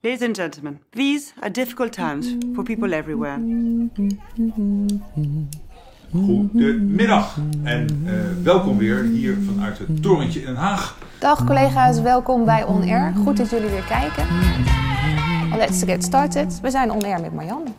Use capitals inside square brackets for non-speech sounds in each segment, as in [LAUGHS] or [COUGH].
Ladies and gentlemen, these are difficult times for people everywhere. Goedemiddag en eh, welkom weer hier vanuit het torentje in Den Haag. Dag collega's, welkom bij On Air. Goed dat jullie weer kijken. Let's get started. We zijn On Air met Marjan.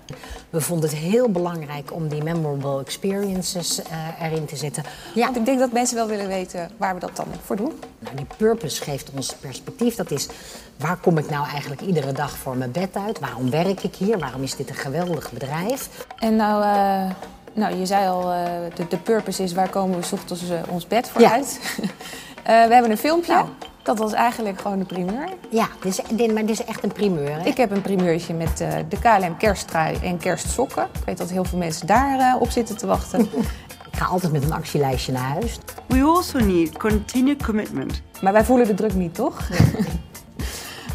We vonden het heel belangrijk om die memorable experiences eh, erin te zetten. Ja, Want ik denk dat mensen wel willen weten waar we dat dan voor doen. nou, die purpose geeft ons perspectief. Dat is, waar kom ik nou eigenlijk iedere dag voor mijn bed uit? Waarom werk ik hier? Waarom is dit een geweldig bedrijf? En nou, eh, nou je zei al, eh, de, de purpose is waar komen we 's ochtends eh, ons bed voor Ja. uit. [LAUGHS] Eh, we hebben een filmpje. Dat was eigenlijk gewoon de primeur. Ja, dit is, dit, maar dit is echt een primeur. Hè? Ik heb een primeurtje met eh, de KLM kersttrui en kerstsokken. Ik weet dat heel veel mensen daar eh, op zitten te [LAUGHS] wachten. Ik ga altijd met een actielijstje naar huis. We also need continued commitment. maar wij voelen de druk niet, toch?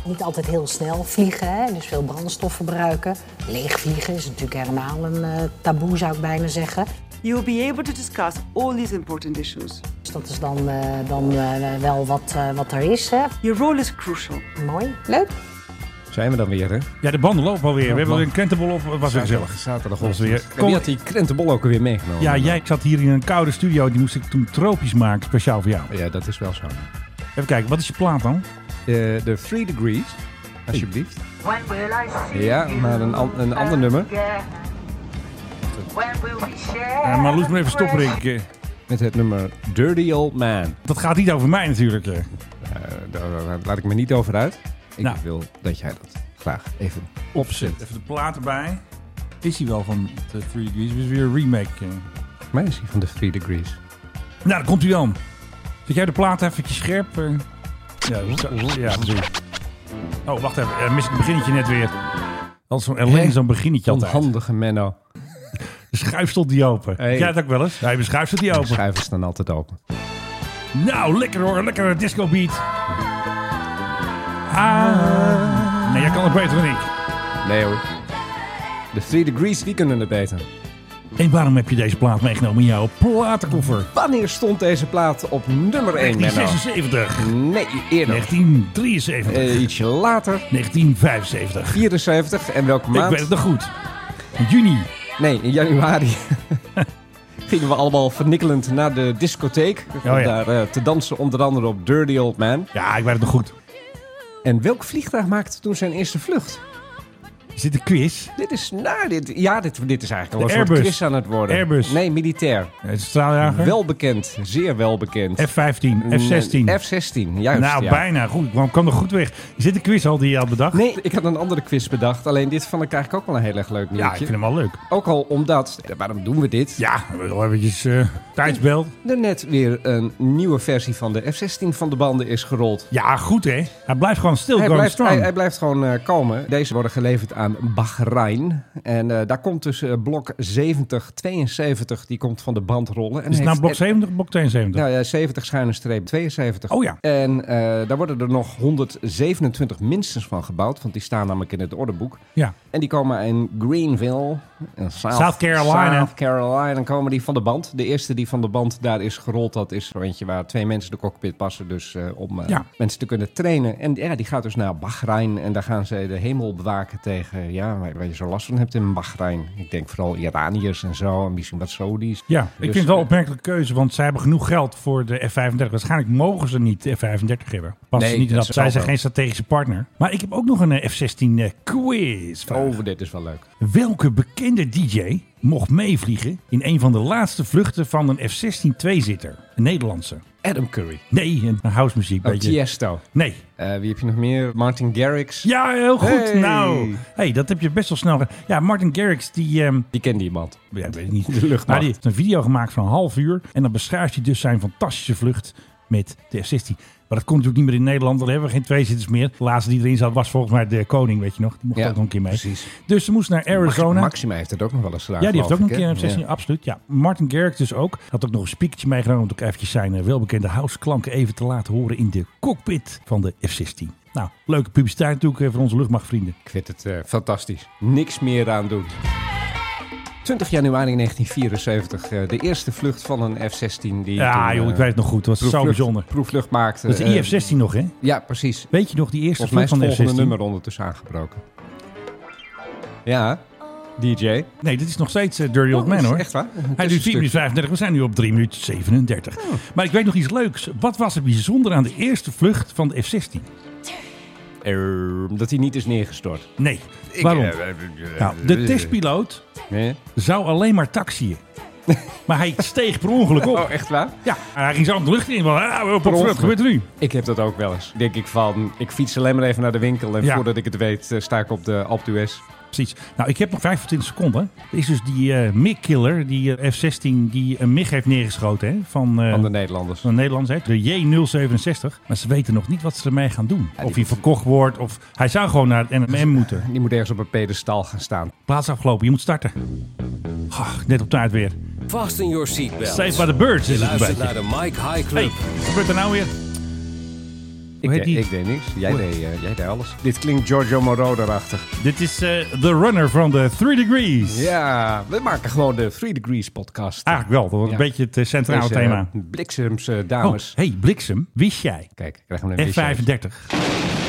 Niet altijd heel snel vliegen, hè? dus veel brandstof verbruiken. Leeg vliegen is natuurlijk helemaal een eh, taboe, zou ik bijna zeggen. You'll be able to discuss all these important issues. Dus dat is dan, eh, dan eh, wel wat, eh, wat er is. Hè? Your role is crucial. Mooi. Leuk. Zijn we dan weer, hè? Ja, de banden lopen alweer. We hebben man. weer een krentenbol op. Was weer gezellig. Zaterdag Dat is weer- En wie had die krentenbol ook weer meegenomen? Ja, jij zat hier in een koude studio. Die moest ik toen tropisch maken, speciaal voor jou. Ja, dat is wel zo. Even kijken, wat is je plaat dan? Eh, De Three Degrees, alsjeblieft. Ja, maar een, an- een ander nummer. Eh, maar Loes, maar even stoppen, denk ik. Eh, Met het nummer Dirty Old Man. Dat gaat niet over mij natuurlijk. eh. Eh, daar, daar laat ik me niet over uit. Ik Nou. wil dat jij dat graag even opzet. Even de plaat erbij. Is hij wel van de 3 Degrees? Dus weer een remake. eh. Volgens mij is hij van de Three Degrees. Nou, daar komt hij dan. Zet jij de plaat eventjes scherp? eh? Ja, dat is- ja, dat doe ik. Oh, wacht even. Eh, mis ik het beginnetje net weer. Altijd zo'n ellende, Hè? zo'n beginnetje altijd. Onhandige Menno. De schuif stond die open. Hey. Heb Jij dat ook wel eens? Nee, mijn schuif stond die De open. schuiven staan altijd open. Nou, lekker hoor. Lekkere disco beat. Ah. Nee, jij kan het beter dan ik. Nee hoor. De Three Degrees, die kunnen het beter. En waarom heb je deze plaat meegenomen in jouw platenkoffer? Wanneer stond deze plaat op nummer 1, Menno? 1976. Nee, eerder. 1973. Eh, ietsje later. 1975. 74 en welke Ik maand? weet het nog goed. Juni. Nee, in januari [LAUGHS] gingen we allemaal vernikkelend naar de discotheek. Om Oh, ja. daar eh, te dansen, onder andere op Dirty Old Man. Ja, ik weet het nog goed. En welk vliegtuig maakte toen zijn eerste vlucht? Is dit een quiz? Dit is, nou, dit, ja, dit, dit is eigenlijk al De een soort Airbus. quiz aan het worden. Airbus. Nee, militair. Het Eh, is een straaljager. Wel bekend, zeer wel bekend. F-15, F-16. F-16, juist. nou, ja. bijna. Goed, ik kwam- kwam er goed weg. Is dit een quiz al die je had bedacht? Nee, ik had een andere quiz bedacht. Alleen dit vond ik eigenlijk ook wel een heel erg leuk Ja, ik nieuwtje. vind hem al leuk. Ook al omdat, eh, waarom doen we dit? Ja, we hebben wel eventjes eh tijdsbel. Er net weer een nieuwe versie van de F-16 van de banden is gerold. Ja, goed hè. Hij blijft gewoon stil. Hij gewoon blijft, strong. hij, hij blijft gewoon eh, komen. Deze worden geleverd aan Bahrein. En eh, daar komt dus eh, blok 70, 72, die komt van de band rollen. En is het nou heeft- blok en- 70 of blok 72? nou ja, 70 schuine streep 72. Oh ja. En eh, daar worden er nog 127 minstens van gebouwd. Want die staan namelijk in het orderboek. Ja. En die komen in Greenville, in South, South Carolina. South Carolina komen die van de band. De eerste die van de band daar is gerold, dat is zo eentje waar twee mensen de cockpit passen. Dus eh, om eh, Ja. mensen te kunnen trainen. En ja, die gaat dus naar Bahrein. En daar gaan ze de hemel bewaken tegen ja, waar waar je zo last van hebt in Bahrein. Ik denk vooral Iraniërs en zo. En misschien wat Saudis. Ja, ik Dus, vind het wel een eh, opmerkelijke keuze, want zij hebben genoeg geld voor de F-35. Waarschijnlijk mogen ze niet de F-35 hebben. Pas Nee, ze niet in dat dat. is Zij wel zijn zo. geen strategische partner. Maar ik heb ook nog een eh, F-16 eh, quiz. vraag. Oh, dit is wel leuk. Welke bekende DJ mocht meevliegen in een van de laatste vluchten van een F-16 tweezitter? Een Nederlandse. Adam Curry. Nee, een housemuziek. Oh, beetje. Tiesto. Nee. Eh, wie heb je nog meer? Martin Garrix. Ja, heel goed. Hey. Nou, hey, dat heb je best wel snel. ge- Ja, Martin Garrix, die... ehm, Die kende iemand. Ja, dat weet ik niet. De luchtmacht. Maar die heeft een video gemaakt van een half uur. En dan beschrijft hij dus zijn fantastische vlucht met de F-16. Maar dat komt natuurlijk niet meer in Nederland. Dan hebben we geen tweezitters meer. De laatste die erin zat was volgens mij de koning, weet je nog. Die mocht Ja, ook nog een keer mee. precies. Dus ze moest naar Arizona. Maxima heeft het ook nog wel eens gedaan. ja, die heeft ook nog geloof een ik, keer een hè? F-16. Absoluut, ja. Martin Garrix dus ook. Had ook nog een speakertje meegenomen. Om ook eventjes zijn eh, welbekende houseklanken even te laten horen in de cockpit van de F-16. Nou, leuke publiciteit natuurlijk eh, voor onze luchtmachtvrienden. Ik vind het eh, fantastisch. Niks meer aan doen. 20 januari 1974, eh, de eerste vlucht van een F-16 die Ja, toen, joh, eh, ik weet het nog goed. Dat was zo proefvlucht- bijzonder. Proefvlucht maakte. Dat eh, is de IF-16 nog, hè? Ja, precies. Weet je nog, die eerste Volgens mij vlucht is het van de F-16? volgende nummer ondertussen aangebroken. Ja, DJ. Nee, dit is nog steeds eh, Dirty Old Oh, Man, is hoor. Echt waar? Hij duurt 4 minuten 35, we zijn nu op 3 minuten 37. Oh. Maar ik weet nog iets leuks. Wat was er bijzonder aan de eerste vlucht van de F-16? Ehm, dat hij niet is neergestort. Nee, waarom? eh, eh, nou, de testpiloot Nee? zou alleen maar [LAUGHS] taxiën. maar hij steeg per ongeluk op. Oh, echt waar? Ja, en hij ging zo de lucht in. Van, ah, wat- wat- wat ongeluk. gebeurt er nu? Ik heb dat ook wel eens. Denk ik van, ik fiets alleen maar even naar de winkel en Ja. voordat ik het weet eh, sta ik op de Alp d'Huez. Precies. Nou, ik heb nog 25 seconden. Er is dus die eh MIG-killer, die eh, F-16, die een MIG heeft neergeschoten hè, van, eh, Van de Nederlanders. van Nederlands, hè, de J-067. Maar ze weten nog niet wat ze ermee gaan doen. die of hij verkocht wordt, of hij zou gewoon naar het NMM moeten. Die moet ergens op een pedestal gaan staan. Plaats afgelopen, je moet starten. Ach, net op tijd weer. Vast in your seatbelt. Saved by the Birds is het een Luister beetje. naar de Mike High Hey, Club. wat gebeurt er nou weer? Ik, heet de- die? ik deed niks. Jij Hoe- deed, eh, jij deed alles. Dit klinkt Giorgio Moroder-achtig. Dit is eh The Runner van de 3 Degrees. Ja, we maken gewoon de Three Degrees podcast. Eigenlijk wel, dat wordt Ja. een beetje het eh, centrale Deze, thema. eh, Bliksems eh, Oh, dames. hey, Bliksem, wist jij Kijk, ik krijg hem een beetje. F-35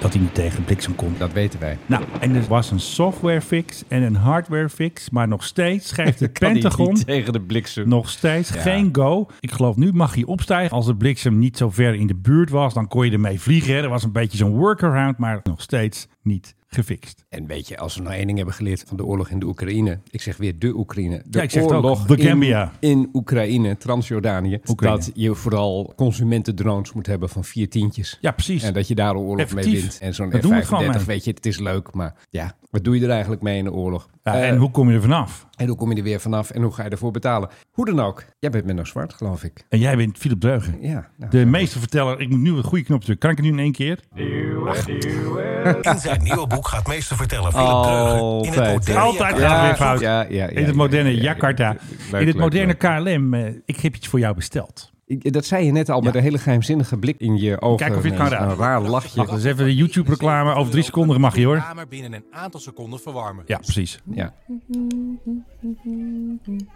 dat hij niet tegen Bliksem kon? Dat weten wij. Nou, en er was een software fix en een hardware fix, maar nog steeds [LAUGHS] schrijft het Kan die Pentagon niet tegen de bliksem. nog steeds geen go. Ik geloof nu mag hij opstijgen. Als de bliksem niet zo ver in de buurt was, dan kon je ermee vliegen. Hè. Er was een beetje zo'n workaround, maar nog steeds niet gefixt. En weet je, als we nou één ding hebben geleerd van de oorlog in de Oekraïne. Ik zeg weer de Oekraïne. De Ja, ik zeg het ook, oorlog de in, Gambia. in Oekraïne, Transjordanië. Oekraïne. Dat je vooral consumentendrones moet hebben van vier tientjes. Ja, precies. En dat je daar een oorlog mee Effectief. wint. En zo'n Dat doen we gewoon F-35, mee. weet je, het is leuk. Maar ja, wat doe je er eigenlijk mee in de oorlog? Ja, Eh, en hoe kom je er vanaf? en hoe kom je er weer vanaf? En hoe ga je ervoor betalen? Hoe dan ook. Jij bent met nog zwart, geloof ik. En jij bent Philip Dreugen. Ja. nou, De meeste verteller, ik moet nu een goede knop drukken. Kan ik het nu in één keer? [LAUGHS] In zijn nieuwe boek gaat meester vertellen Philip Dreugen in het Altijd. moderne Altijd Jakarta. gaat het weer fout. ja, ja, ja, in het moderne ja, ja, ja. Jakarta. Leuk, in het leuk, moderne leuk. KLM. eh, ik heb iets voor jou besteld. Ik- Dat zei je net al, met een hele geheimzinnige blik in je ogen. Kijk of je het kan Een- raden. Een raar Wacht, dat lachje. is even de YouTube-reclame. Over drie seconden mag je De hoor. kamer binnen een aantal seconden verwarmen. Ja, precies. Ja.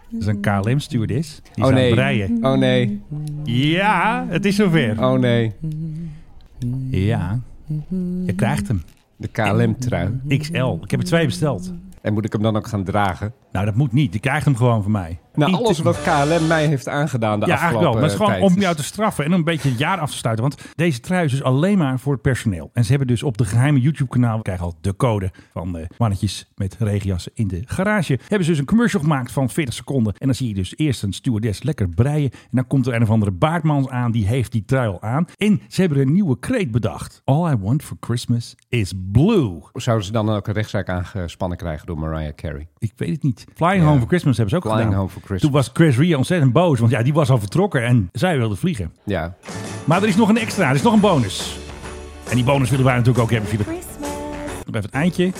Dat is een KLM-stewardess. Die is Oh aan nee. het breien. Oh nee. Ja, het is zover. Oh nee. Ja, je krijgt hem. De Mm-hmm. KLM-trui. XL. Ik heb er twee besteld. En moet ik hem dan ook gaan dragen? Nou, dat moet niet. Je krijgt hem gewoon van mij. Nou, Niet- alles wat KLM mij heeft aangedaan de Ja, eigenlijk wel. afgelopen Maar het is gewoon tijd. om jou te straffen en om een beetje het jaar af te sluiten. Want deze trui is dus alleen maar voor het personeel. En ze hebben dus op de geheime YouTube-kanaal, we krijgen al de code van de mannetjes met regenjassen in de garage. Hebben ze dus een commercial gemaakt van 40 seconden. En dan zie je dus eerst een stewardess lekker breien. En dan komt er een of andere baardmans aan, die heeft die trui al aan. En ze hebben een nieuwe kreet bedacht. All I want for Christmas is blue. Zouden ze dan ook een rechtszaak aangespannen krijgen door Mariah Carey? Ik weet het niet. Flying Home for Christmas hebben ze ook Flying gedaan. Home for Christmas. Toen was Chris Ria ontzettend boos, want ja, die was al vertrokken en zij wilde vliegen. Ja. Maar er is nog een extra, er is nog een bonus. En die bonus willen wij natuurlijk ook hebben, Filip. Nog even het eindje.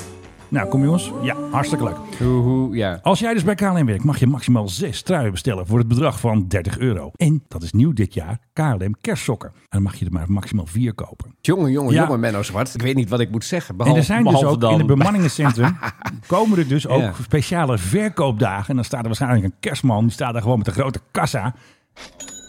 Nou, kom jongens. Ja, hartstikke leuk. Hoe, hoe, ja. Als jij dus bij KLM werkt, mag je maximaal zes truien bestellen voor het bedrag van 30 euro. En dat is nieuw dit jaar, KLM kerstsokken. En dan mag je er maar maximaal vier kopen. Jongen, jongen, Ja. jongen, Menno Zwart. Ik weet niet wat ik moet zeggen. En Behalve, er zijn dus Oh, behalve ook dan... in het bemanningencentrum [LAUGHS] komen er dus ook Ja. speciale verkoopdagen. En dan staat er waarschijnlijk een kerstman, die staat daar gewoon met een grote kassa.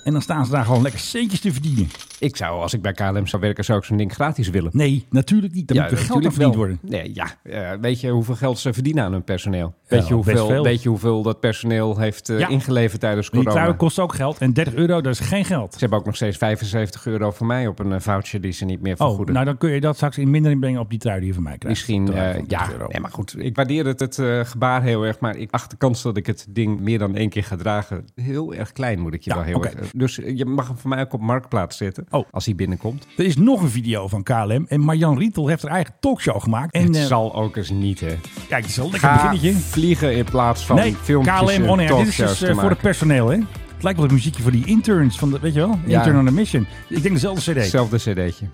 En dan staan ze daar gewoon lekker centjes te verdienen. Ik zou, als ik bij KLM zou werken, zou ik zo'n ding gratis willen. Nee, natuurlijk niet. Daar moet er geld aan natuurlijk verdiend wel. worden. Nee, ja. Eh, weet je hoeveel geld ze verdienen aan hun personeel? Ja, Weet, je best veel. hoeveel, weet je hoeveel dat personeel heeft eh, Ja. ingeleverd tijdens Die corona? trui kost ook geld. En 30 euro, dat is geen geld. Ze hebben ook nog steeds 75 euro voor mij op een eh, voucher die ze niet meer Oh, vergoeden. nou dan kun je dat straks in minder inbrengen op die trui die je van mij krijgt. Misschien, Trui eh, van 30 ja. euro. Nee, maar goed, ik waardeer het, het eh, gebaar heel erg. Maar ik acht de kans dat ik het ding meer dan één keer ga dragen heel erg klein, moet ik je Ja, wel heel oké. erg... Dus eh, je mag hem voor mij ook op Marktplaats zetten, Oh. als hij binnenkomt. Er is nog een video van KLM. En Marjan Rietel heeft haar eigen talkshow gemaakt. En het eh, zal ook eens niet, hè. kijk, het is een lekker Ga beginnetje. vliegen in plaats van Nee, filmpjes KLM en On Air. Dit is talkshows dus eh, te voor het maken. personeel, hè? Het lijkt wel het muziekje voor die interns van de, weet je wel? Ja. Intern on a Mission. Ik denk dezelfde cd. Hetzelfde cd'tje.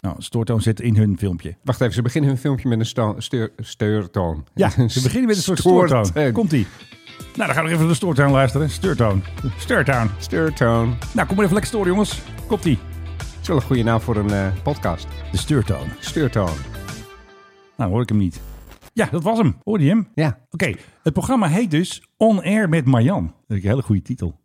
Nou, stoortoon zit in hun filmpje. Wacht even, ze beginnen hun filmpje met een sto- steur- steurtoon. [LAUGHS] eh, Ja, ze beginnen met een soort Stoortoon. stoortoon. Komt-ie. Nou, dan gaan we even naar de stoortoon luisteren. Steurtoon. Steurtoon. Steurtoon. Nou, kom maar even lekker storen, jongens. Komt-ie. Dat is wel een goede naam voor een eh, podcast. De steurtoon. Steurtoon. Nou, hoor ik hem niet. Ja, dat was hem. Hoorde je hem? Ja. Oké, het programma heet dus On Air met Marjan. Dat is een hele goede titel.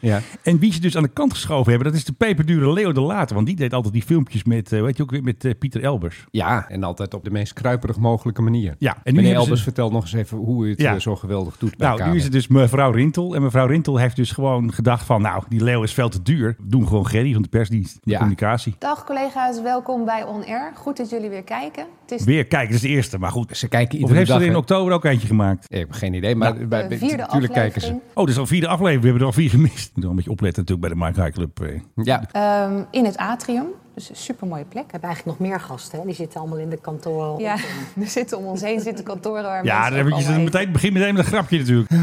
ja. En wie ze dus aan de kant geschoven hebben, dat is de peperdure Leo de Later. Want die deed altijd die filmpjes met, weet je ook weer, met eh, Pieter Elbers. Ja, en altijd op de meest kruiperig mogelijke manier. Ja, en nu en nu hebben ze- Elbers vertelt nog eens even hoe u het Ja. eh, zo geweldig doet bij Nou, nu is het dus mevrouw Rintel. En mevrouw Rintel heeft dus gewoon gedacht van, nou, die Leo is veel te duur. Doen gewoon Gerry van de persdienst, de Ja. communicatie. Dag collega's, welkom bij On Air. Goed dat jullie weer kijken. Het is Weer kijken, dat is de eerste. Maar goed, Ze kijken of iedere heeft ze dag, er in hè? oktober ook eentje gemaakt? Ik heb geen idee, maar bij, de bij- Nou, eh, vierde natuurlijk kijken ze. aflevering. Oh, dat is al vierde aflevering. We hebben er al vier gemist. Moet wel een beetje opletten natuurlijk bij de Mike High Club. eh. Ja, Ehm, in het atrium, dus een supermooie plek. Ik heb eigenlijk nog meer gasten, hè? die zitten allemaal in de kantoren. Ja, [LAUGHS] er zitten om ons heen zitten kantoren waar Ja, mensen dan heb ik ook je allemaal meteen, begin meteen met een grapje natuurlijk. ik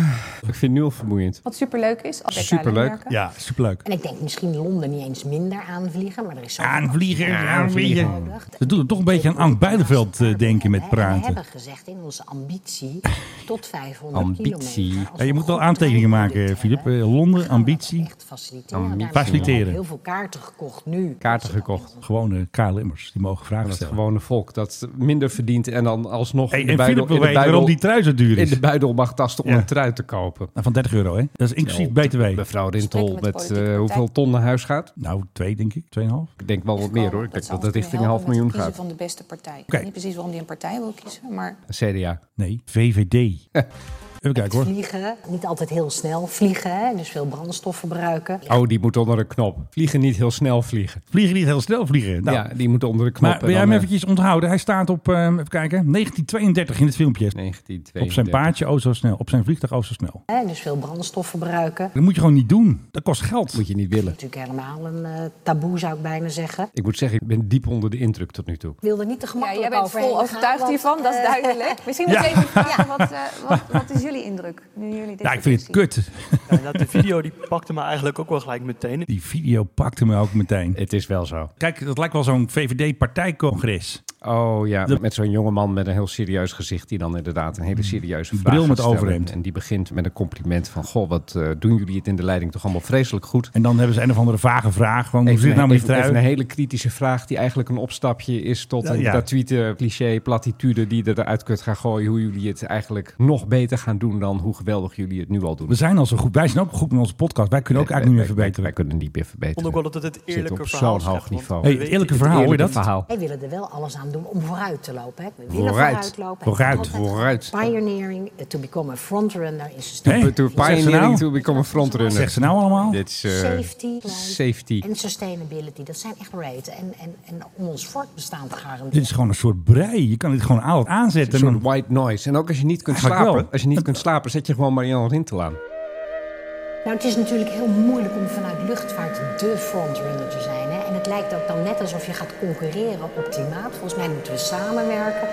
vind het nu al vermoeiend. Wat superleuk is. als wij Superleuk. KLM werken. Ja, superleuk. En ik denk misschien Londen niet eens minder aanvliegen, maar er is zo Aanvliegen, aanvliegen. aanvliegen. Ze doen er toch een beetje aan Ank Bijleveld eh, denken met We praten. hebben gezegd in onze ambitie tot 500 Ambitie. kilometer. als Ja, je we moet wel goed aantekeningen rijden maken, dit Filip. hebben, Eh, Londen, gaan we dat ambitie. echt faciliteren. Ambitie. Daar zijn Faciliteren. al Heel veel kaarten gekocht nu. Kaarten gekocht. Gewone KLM'ers, die mogen vragen Het stellen. gewone volk dat minder verdient en dan alsnog Hey, in de en buidel- Filip wil in de weten waarom buidel- die trui zo duur in is. de buidel mag tasten om Ja. een trui te kopen. Nou, Nou, Van 30 euro, hè? Dat is inclusief BTW. Mevrouw Gesprekken Rintel met met, politieke eh, partijen. hoeveel ton naar huis gaat? Nou, twee, denk ik. Tweeënhalf. Ik denk wel wat meer hoor. Ik denk dat het richting een half miljoen gaat. van de beste partij. Ik Oké. weet niet precies waarom die een partij wil kiezen, maar CDA. Nee, [LAUGHS] VVD. Even kijken hoor. Vliegen, niet altijd heel snel vliegen, hè, dus veel brandstof verbruiken. Oh, die moet onder een knop. Vliegen niet heel snel vliegen. Vliegen niet heel snel vliegen. Nou, ja, die moet onder de eh, knop. maar wil jij hem eventjes onthouden? Hij staat op, eh, even kijken, 1932 in het filmpje. Op zijn paardje, oh zo snel. Op zijn vliegtuig, oh zo snel. Hè, dus veel brandstof verbruiken. Dat moet je gewoon niet doen. Dat kost geld. Moet je niet willen. Natuurlijk helemaal een eh, taboe, zou ik bijna zeggen. Ik moet zeggen, ik ben diep onder de indruk tot nu toe. Ik wil er niet te ja, gemakkelijk jij bent overheen vol gaan, overtuigd want, hiervan, dat is eh, [LAUGHS] duidelijk. Misschien moet je even vragen, wat, eh, wat, wat is jullie indruk? Nu jullie dit Ja, ik vind het zien? kut. Ja, inderdaad, de video die pakte me eigenlijk ook wel gelijk meteen. Die video pakte me ook meteen. Het is wel zo. Kijk, dat lijkt wel zo'n VVD-partijcongres. Oh ja, met zo'n jongeman met een heel serieus gezicht... die dan inderdaad een hele serieuze vraag bril gaat met stellen. overhemd. En die begint met een compliment van... Goh, wat eh, doen jullie het in de leiding toch allemaal vreselijk goed. En dan hebben ze een of andere vage vraag. Van, hoe zit het een, nou met die even- even trui? een hele kritische vraag die eigenlijk een opstapje is... tot Ja, een ja. gratuite cliché, platitude die je eruit kunt gaan gooien... hoe jullie het eigenlijk nog beter gaan doen dan hoe geweldig jullie het nu al doen. We zijn al zo goed. Wij zijn ook goed met onze podcast. Wij kunnen ook eigenlijk niet meer Wij- wij- verbeteren. Wij kunnen niet meer Ik vond ook wel verbeteren. dat het het Zit eerlijke op zo'n verhaal schept, hoog want niveau. we Hey, het weten- eerlijke verhaal, hoor je Eerlijke dat? verhaal. Wij willen er wel alles aan doen om vooruit te lopen. Hè. We willen Vooruit. vooruit lopen. En Vooruit. altijd Vooruit. Pioneering eh, to become a frontrunner is een stuk Hey, To wat zegt ze pioneering to nou? become a Wat frontrunner. zegt ze nou allemaal? Dit is... eh, safety, safety. en sustainability. Dat zijn echt rates. En, en, en om ons voortbestaan te garanderen. Dit is gewoon een soort brei. Je kan dit gewoon altijd aanzetten. Een en soort dan- white noise. En ook als je niet kunt Eigenlijk slapen, wel. als je niet kunt slapen, zet je gewoon Marianne Rintel aan. Nou, het is natuurlijk heel moeilijk om vanuit luchtvaart de frontrunner te zijn. Hè. En het lijkt ook dan net alsof je gaat concurreren op klimaat. Volgens mij moeten we samenwerken.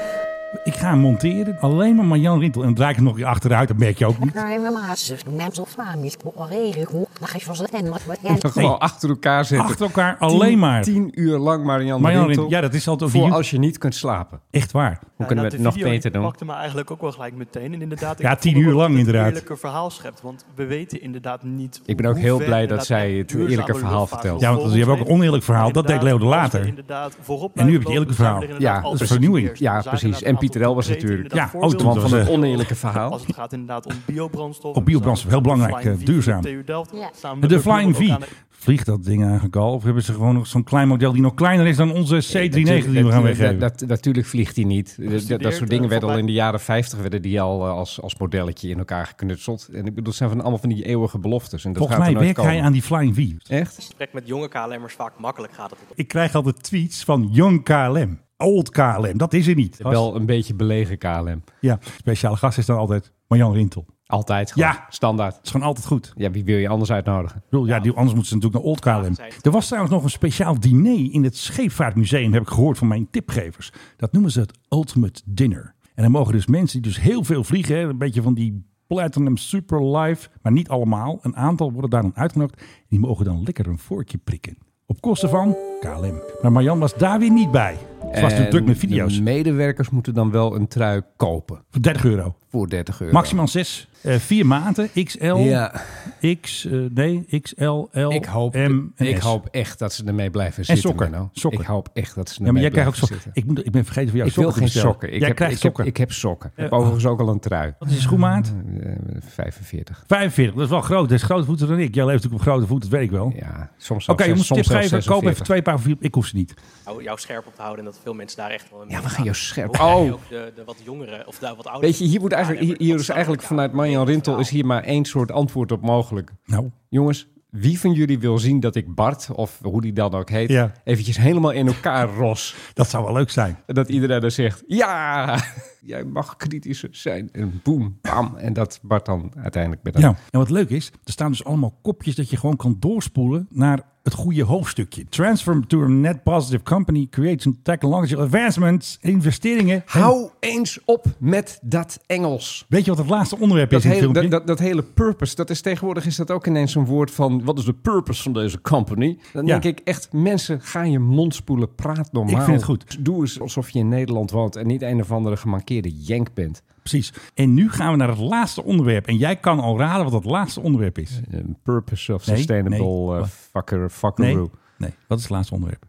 Ik ga hem monteren. Alleen maar Marjan Rintel. En dan draai ik hem nog weer achteruit. Dat merk je ook niet. Nou, helemaal. Ze doen hem zo vaak niet. Maar regel, hoe? Dan ga je van z'n en wat- wat- en- Gewoon achter elkaar zetten. Achter elkaar alleen maar. Tien uur lang Marianne, Marianne Rintel. Rintel. Ja, dat is altijd op Voor die- als je niet kunt slapen. Hoe Echt waar. Ja, kunnen we inderdaad, het de nog video die beter doen? pakte me eigenlijk ook wel gelijk meteen. En inderdaad, ik Ja, vond tien ook uur wel lang dat het inderdaad. Het eerlijke verhaal schept, want we weten inderdaad niet... Ik ben ook hoe heel ver blij dat inderdaad zij echt het duurzame eerlijke verhaal luchtvaart vertelt. Ja, want voor je hebt ons ook een oneerlijk verhaal. heeft. Dat deed Inderdaad, Leo de als we Later. Inderdaad voorop En nu heb je het blijven eerlijke lopen, zijn we verhaal. er inderdaad Ja, altijd dat is voor vernieuwing. eerst. Ja, We zagen precies. En inderdaad Pieter een L was aantal natuurlijk- concrete Ja, inderdaad auto's. Want voorbeelden. van het eh, oneerlijke verhaal. Als het gaat inderdaad om biobrandstof. Op biobrandstof, heel belangrijk, eh, duurzaam. De Flying V. Vliegt dat ding eigenlijk al? Of hebben ze gewoon nog zo'n klein model die nog kleiner is dan onze C390 die we gaan weggeven? Dat, dat- natuurlijk vliegt hij niet. Dat- Dat, dat soort dingen eh, werden al voorbij- in de jaren 50 werden die al eh, als, als modelletje in elkaar geknutseld. En ik bedoel, het zijn van allemaal van die eeuwige beloftes. En dat Volgens gaat mij er nooit werkt hij komen. aan die Flying V. Echt? gesprek met jonge KLM'ers vaak makkelijk gaat het op. Ik krijg altijd tweets van Young KLM. Old KLM, dat is er niet. Wel een beetje belegen KLM. Ja, speciale gast is dan altijd Marjan Rintel. Dat Altijd gewoon. Ja. Standaard. is gewoon altijd goed. Ja, wie wil je anders uitnodigen? Ik bedoel, ja, die, anders moeten ze natuurlijk naar Old KLM. Er was trouwens nog een speciaal diner in het Scheepvaartmuseum, heb ik gehoord van mijn tipgevers. Dat noemen ze het Ultimate Dinner. En dan mogen dus mensen die dus heel veel vliegen, hè, een beetje van die Platinum Super Life, maar niet allemaal. Een aantal worden daar dan uitgenodigd. Die mogen dan lekker een vorkje prikken. Op kosten van KLM. Maar Marjan was daar weer niet bij. Ze was toen En druk met video's. De medewerkers moeten dan wel een trui kopen Voor 30 euro. voor 30 euro. Maximaal 6. vier maten. XL, Ja, X, eh, nee, XL, L, ik hoop, M en ik S. hoop echt dat ze ermee blijven zitten. sokken. Menno. Sokken. Ik hoop echt dat ze ermee Ja, maar jij krijgt blijven ook sokken. zitten. Ik, moet, ik ben vergeten voor jou Ik wil sokken geen te bestellen. sokken. Ik jij heb, krijgt ik sokken. Heb, ik heb sokken. Ik heb overigens ook al een trui. Wat is je schoenmaat? Eh, 45. 45, dat is wel groot. Dat is grote voeten dan ik. Jij leeft natuurlijk op grote voeten, dat weet ik wel. Ja, soms Oké, je moet een soms tip zelfs geven. Koop 46. even twee paar van vier. Ik hoef ze niet. jou, jou scherp op te houden en dat veel mensen daar echt wel Ja, we gaan jou scherp. Oh. Oh, Ook de, de wat jongere of de wat oudere. weet je, hier, moet eigenlijk, hier, hier is eigenlijk vanuit Marjan Rintel is hier maar één soort antwoord op mogelijk. Nou, Jongens, wie van jullie wil zien dat ik Bart, of hoe die dan ook heet, Ja. eventjes helemaal in elkaar ros? dat zou wel leuk zijn. En Dat iedereen dan zegt, ja, [LAUGHS] jij mag kritischer zijn. En boem, bam. En dat Bart dan uiteindelijk met een... Ja. Nou, En wat leuk is, er staan dus allemaal kopjes dat je gewoon kan doorspoelen naar het goede hoofdstukje. Transform to a net positive company creates and technological advancements, investeringen. en- Hou eens op met dat Engels. Weet je wat het laatste onderwerp Dat is in het hele, filmpje? dat, dat, dat hele purpose, dat is tegenwoordig is dat ook ineens een woord van... wat is de purpose van deze company? Dan Ja. denk ik echt, mensen, ga je mond spoelen, praat normaal. Ik vind het goed. Doe eens alsof je in Nederland woont... en niet een of andere gemankeerde jenk bent. Precies. En nu gaan we naar het laatste onderwerp. En jij kan al raden wat het laatste onderwerp is. Een purpose of Nee, sustainable nee. eh, fucker, Oh, Nee, fuckaroo. nee. Wat is het laatste onderwerp?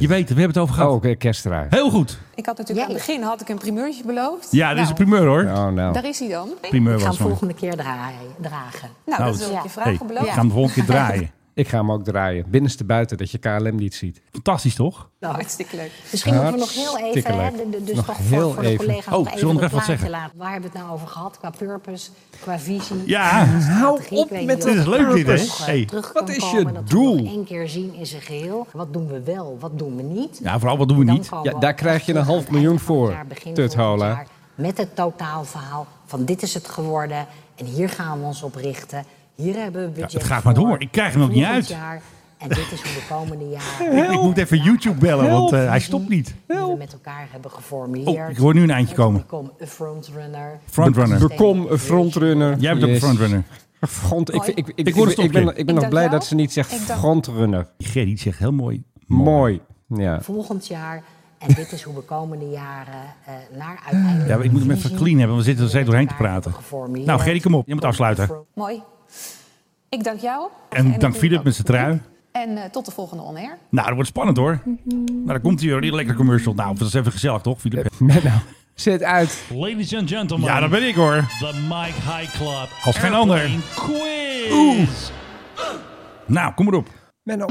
Je weet het, we hebben het over gehad. Oh, oké, kerstdraai. Heel goed. Ik had natuurlijk aan het begin had ik een primeurtje beloofd. Ja, dit is een Nou, primeur hoor. Oh, nou. Daar is hij dan. Primeur Ik ga was het, hem man. volgende keer draaien, dragen. Nou, Nou, dat is ja. ook je vragen Hey, beloofd. Ik ga hem de [LAUGHS] volgende keer draaien. Ik ga hem ook draaien. Binnenste buiten, dat je KLM niet ziet. Fantastisch toch? Nou, Hartstikke leuk. Misschien moeten we nog heel Hartstikke even, hè, leuk. de- de- dus Nog toch heel voor, voor de even. collega's Oh, nog zullen even we nog een even wat plaatje zeggen? laten. Waar hebben we het nou over gehad? Qua purpose, qua visie. Ja. qua strategie. Hou Ik op weet met niet dit of is we leuk nog, dit, hè? eh, Hey. terug Wat kan is komen, je dat doel? we nog één keer zien in zijn geheel. Wat doen we wel? Wat doen we niet? Ja, vooral wat doen we Dan niet? komen Ja, we daar echt krijg je een terug half aan het eind miljoen van het voor, jaar, begin Tut volgend Hola. jaar, Met het totaalverhaal van dit is het geworden en hier gaan we ons op richten. Hier hebben we budget het gaat maar voor, door. Ik krijg hem ook niet volgend uit. jaar. En dit is hoe de komende [LAUGHS] jaren Ik, ik moet even YouTube bellen, want eh, hij stopt niet. die we met elkaar hebben geformuleerd. Oh, ik hoor nu een eindje komen. Become a frontrunner. Frontrunner. Bekom een frontrunner. Jij bent ook een Yes. frontrunner. Front, ik, ik, ik, ik, Ik hoor een ben- ik ben, stopje. ik ben nog dank blij jou. dat ze niet zegt Ik dank- frontrunner. Gerry zegt heel mooi. Mooi. Ja. Volgend jaar. En dit is hoe we komende jaren eh, naar uiteindelijk... Ja, maar ik moet hem even clean hebben, want we zitten er steeds doorheen te praten. Nou, Gerry, kom op. Je moet afsluiten. Mooi. Ik dank jou. En dank natuurlijk Philip ook met zijn trui. En eh, tot de volgende on air. Nou, dat wordt spannend hoor. Nou, daar komt hij hoor. Die lekkere commercial. Nou, dat is even gezellig toch, Philip? Menno, zet uit. Ladies and gentlemen, Ja, dat ben ik hoor. the Mike High Club Als geen ander. Airplane Quiz. Nou, kom maar op. Menno,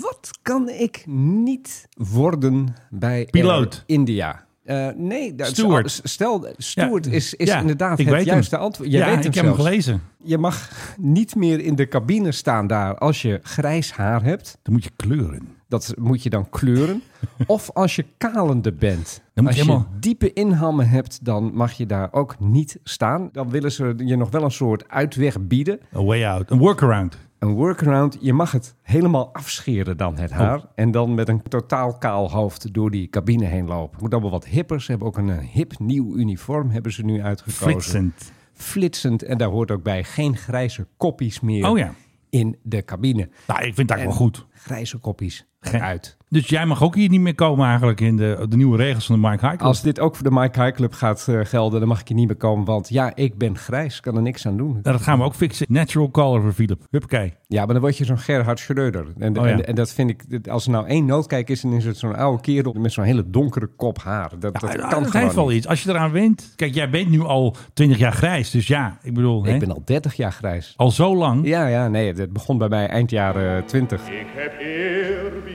wat kan ik niet worden bij Air Piloot. India? Eh, nee, dat- Steward. s- Stel, steward Ja. is, is Ja, inderdaad ik het weet hem. juiste antwoord. Jij ja, weet hem ik heb hem zelfs. gelezen. Je mag niet meer in de cabine staan daar als je grijs haar hebt. Dan moet je kleuren. Dat moet je [LAUGHS] dan kleuren. of als je kalende bent. Dan moet als je je helemaal- diepe inhammen hebt, dan mag je daar ook niet staan. Dan willen ze je nog wel een soort uitweg bieden. A way out. Een workaround. Een workaround. Je mag het helemaal afscheren dan Oh. het haar. En dan met een totaal kaal hoofd door die cabine heen lopen. Moet allemaal wat hippers. Ze hebben ook een eh, hip nieuw uniform hebben ze nu uitgekozen. Flitsend. Flitsend. En daar hoort ook bij geen grijze koppies meer Oh ja. in de cabine. Nou, ik vind dat En wel goed. Grijze koppies Geen- uit. Dus jij mag ook hier niet meer komen eigenlijk in de, de nieuwe regels van de Mike High Club. Als dit ook voor de Mike High Club gaat eh, gelden, dan mag ik hier niet meer komen. Want ja, ik ben grijs, kan er niks aan doen. Nou, dat gaan we ook fixen. Natural color voor Philip. Huppakee. Ja, maar dan word je zo'n Gerhard Schreuder. En, Oh ja. en, en dat vind ik, als er nou één noodkijk is, dan is het zo'n oude kerel met zo'n hele donkere kop haar. Dat, dat Ja, kan dat gewoon heeft wel niet. iets. Als je eraan wint. Kijk, jij bent nu al 20 jaar grijs. Dus ja, ik bedoel, hè, Ik ben al 30 jaar grijs. al zo lang. Ja, ja, nee, dat begon bij mij eind jaren 20. Ik heb eerbied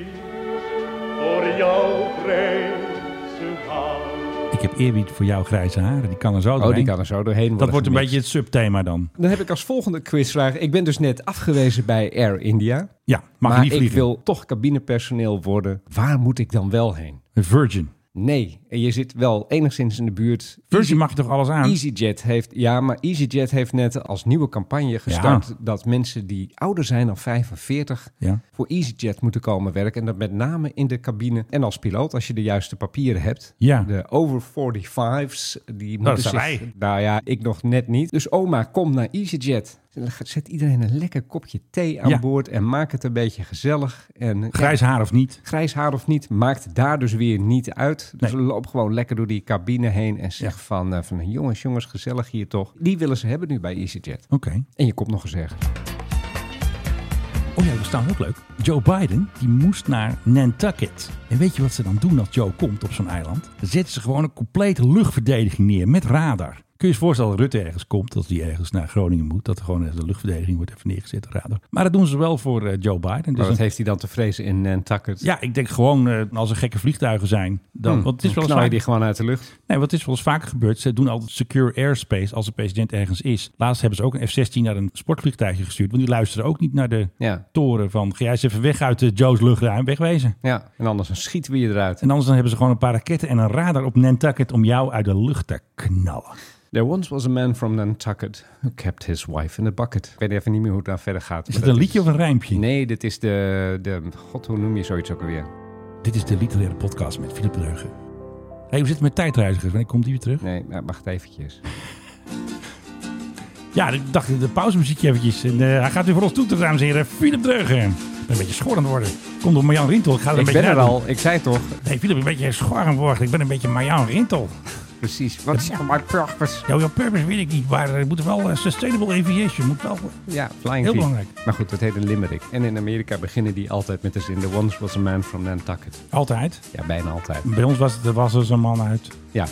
voor jouw grijze haar. Ik heb eerbied voor jouw grijze haren. Die kan er zo Oh, doorheen. die kan er zo doorheen worden Dat wordt een gemixt. beetje het subthema dan. Dan heb ik als volgende quizvraag. Ik ben dus net afgewezen bij Air India. Ja, mag maar niet ik vliegen. wil toch cabinepersoneel worden. Waar moet ik dan wel heen? Een virgin. Nee, En je zit wel enigszins in de buurt. Virgin mag je toch alles aan? EasyJet heeft, ja, maar EasyJet heeft net als nieuwe campagne gestart dat mensen die ouder zijn dan 45 Ja. voor EasyJet moeten komen werken. En dat met name in de cabine en als piloot, als je de juiste papieren hebt. Ja. De over 45's, die moeten dat zijn zich- wij. Nou ja, ik nog net niet. Dus oma, kom naar EasyJet. Zet iedereen een lekker kopje thee aan Ja. boord en maak het een beetje gezellig. En Grijs haar of niet? grijs haar of niet, maakt daar dus weer niet uit. Dus Nee. loop gewoon lekker door die cabine heen en zeg Ja. van, eh, van jongens, jongens, gezellig hier toch. Die willen ze hebben nu bij EasyJet. Oké. En je komt nog eens zeggen. Oh ja, dat is trouwens ook leuk. Joe Biden, die moest naar Nantucket. En weet je wat ze dan doen als Joe komt op zo'n eiland? Dan zetten ze gewoon een complete luchtverdediging neer met radar. Kun je je eens voorstellen dat Rutte ergens komt, als die ergens naar Groningen moet, dat er gewoon ergens de luchtverdediging wordt even neergezet, radar. Maar dat doen ze wel voor eh, Joe Biden. Dus Maar wat dan- heeft hij dan te vrezen in eh, Nantucket? ja, ik denk gewoon eh, als er gekke vliegtuigen zijn, dan. Hm, want het is wel dan eens knal je vaak- die gewoon uit de lucht. Nee, wat is wel eens vaker gebeurd. Ze doen altijd secure airspace als de president ergens is. Laatst hebben ze ook een F-16 naar een sportvliegtuigje gestuurd. Want die luisteren ook niet naar de Ja, toren van... ga jij eens even weg uit de Joe's luchtruim, wegwezen. ja. En anders dan schieten we je eruit. En anders dan hebben ze gewoon een paar raketten en een radar op Nantucket... om jou uit de lucht te knallen. There once was a man from Nantucket who kept his wife in a bucket. Ik weet even niet meer hoe het daar verder gaat. Is maar dat een liedje of een rijmpje? Nee, dit is de, de... God, hoe noem je zoiets ook alweer? Dit is de literaire podcast met Philip Dreugen. Hé, hey, hoe zit het met tijdreizigers? Wanneer komt die weer terug? Nee, nou, wacht eventjes. Ja, ik dacht de pauzemuziekje eventjes. En, eh, hij gaat weer voor ons toe, dames en heren. Philip Dreugen. Ik ben Een beetje schor aan het worden. Komt door Marjan Rintel. Ik ga er een Ik beetje ben er nadoen. al. Ik zei toch? Hey Philip, een beetje schor aan het worden. Ik ben een beetje Marjan Rintel. Precies. Wat is my purpose? Jouw jouw purpose weet ik niet, maar het moet wel eh, sustainable aviation. Moet wel. Ja, Flying Heel V. belangrijk. Maar goed, dat heet een limerick. En in Amerika beginnen die altijd met de zin... There once was a man from Nantucket. Altijd. Ja, bijna altijd. Bij ons was het er was dus een man uit Ja.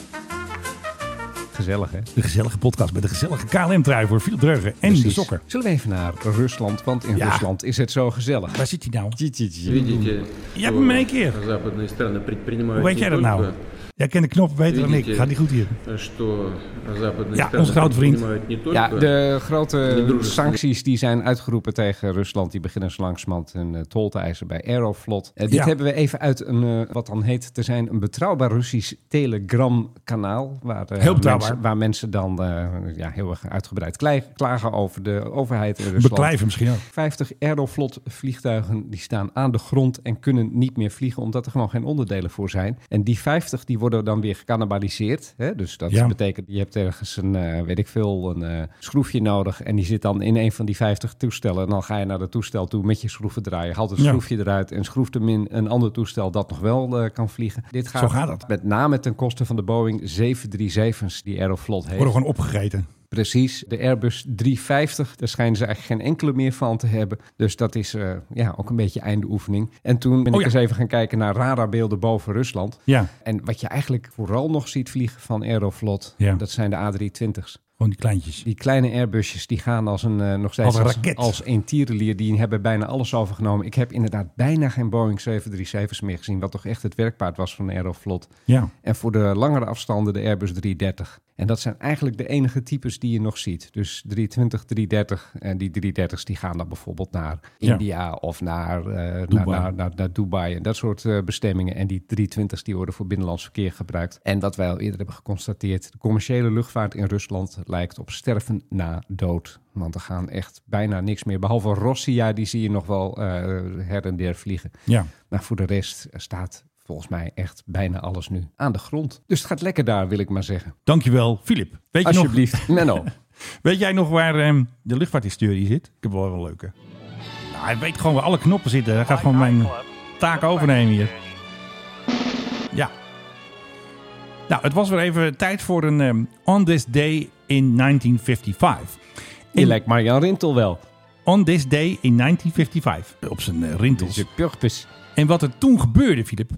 Gezellig, hè? de gezellige podcast met de gezellige KLM-trui voor Philip Dreugen en de Precies. sokker. Zullen we even naar Rusland? Want in Ja. Rusland is het zo gezellig. Waar zit hij nou? Видите, Je hebt hem in één keer. западные страны Hoe предпринимают weet не jij dat nou? только, Jij kent de knoppen beter dan ik. eh, Видите. Gaat niet goed hier. что западные Ja, ons страны groot vriend. предпринимают не Ja, только... de grote Drusen. sancties die zijn uitgeroepen tegen Rusland... die beginnen zo langzamerhand een eh, tol te eisen bij Aeroflot. Eh, dit Ja. hebben we even uit een, eh, wat dan heet te zijn... een betrouwbaar Russisch Telegram-kanaal. Waar, eh, Heel betrouwbaar. Mensen, waar mensen dan eh, ja, heel erg uitgebreid klei- klagen over de overheid in Rusland. Beklijven misschien ook. 50 Aeroflot vliegtuigen die staan aan de grond en kunnen niet meer vliegen omdat er gewoon geen onderdelen voor zijn. En die 50 die worden dan weer gecannibaliseerd. Hè? Dus dat Ja. betekent je hebt ergens een, eh, weet ik veel, een eh, schroefje nodig en die zit dan in een van die 50 toestellen. En dan ga je naar dat toestel toe met je schroeven draaien, haalt het Ja. schroefje eruit en schroeft hem in een ander toestel dat nog wel eh, kan vliegen. Dit gaat, Zo gaat dat. met name ten koste van de Boeing 737's die Aeroflot heeft. Worden gewoon opgegeten. Precies, de Airbus 350, daar schijnen ze eigenlijk geen enkele meer van te hebben. Dus dat is eh, ja, ook een beetje einde oefening. En toen ben Oh ik ja. eens even gaan kijken naar radarbeelden boven Rusland. Ja, En wat je eigenlijk vooral nog ziet vliegen van Aeroflot, Ja. dat zijn de A320's. gewoon die kleintjes. Die kleine Airbusjes, die gaan als een, eh, nog steeds Als een raket. als een tierenlier. Die hebben bijna alles overgenomen. Ik heb inderdaad bijna geen Boeing 737's meer gezien, wat toch echt het werkpaard was van Aeroflot. Ja. En voor de langere afstanden de Airbus 330. En dat zijn eigenlijk de enige types die je nog ziet. Dus 320, 330. En die 330's die gaan dan bijvoorbeeld naar Ja. India of naar, eh, Dubai. Naar, naar, naar, naar Dubai en dat soort eh, bestemmingen. En die 320's die worden voor binnenlands verkeer gebruikt. En wat wij al eerder hebben geconstateerd. De commerciële luchtvaart in Rusland lijkt op sterven na dood. Want er gaan echt bijna niks meer. Behalve Rossia, die zie je nog wel eh, her en der vliegen. Ja. Maar voor de rest staat volgens mij echt bijna alles nu aan de grond. Dus het gaat lekker daar, wil ik maar zeggen. Dankjewel, Filip. Weet, je nog, Alsjeblieft, Menno. [LAUGHS] weet jij nog waar ehm, de luchtvaarthistorie zit? Ik heb wel een leuke. Nou, hij weet gewoon waar alle knoppen zitten. Hij gaat gewoon mijn taak overnemen hier. Ja. Nou, het was weer even tijd voor een ehm, On This Day in 1955. Je lijkt Marjan Rintel wel. On This Day in 1955. Op zijn eh, Dit is rintels. je purpus. En wat er toen gebeurde, Filip.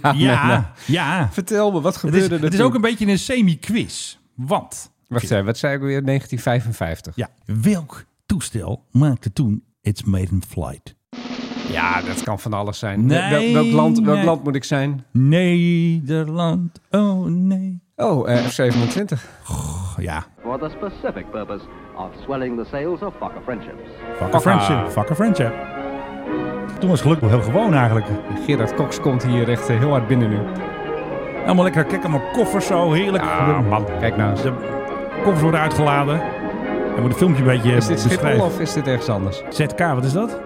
Ah, Ja, Menno. [LAUGHS] Ja, [LAUGHS] ja. Vertel me, wat Het gebeurde is, er het is toen? ook een beetje een semi-quiz. Want... Wacht even, wat zei ik weer? 1955. Ja. Welk toestel maakte toen It's Maiden Flight? Ja, dat kan van alles zijn. Nee, Wel- welk land, welk nee. land moet ik zijn? Nederland, oh nee. Oh, eh, F-27. Goh, ja, for the specific purpose of swelling the sails of Fokker friendships. fuck a friendship, fuck a friendship. Toen was het gelukkig wel heel gewoon eigenlijk. Gerard Cox komt hier echt eh, heel hard binnen nu. Allemaal lekker, kijk allemaal koffers zo, heerlijk. Ja, man, kijk nou eens. De koffers worden uitgeladen. En wordt het filmpje een beetje Is dit Schiphol beschrijven. of is dit ergens anders? ZK, wat is dat?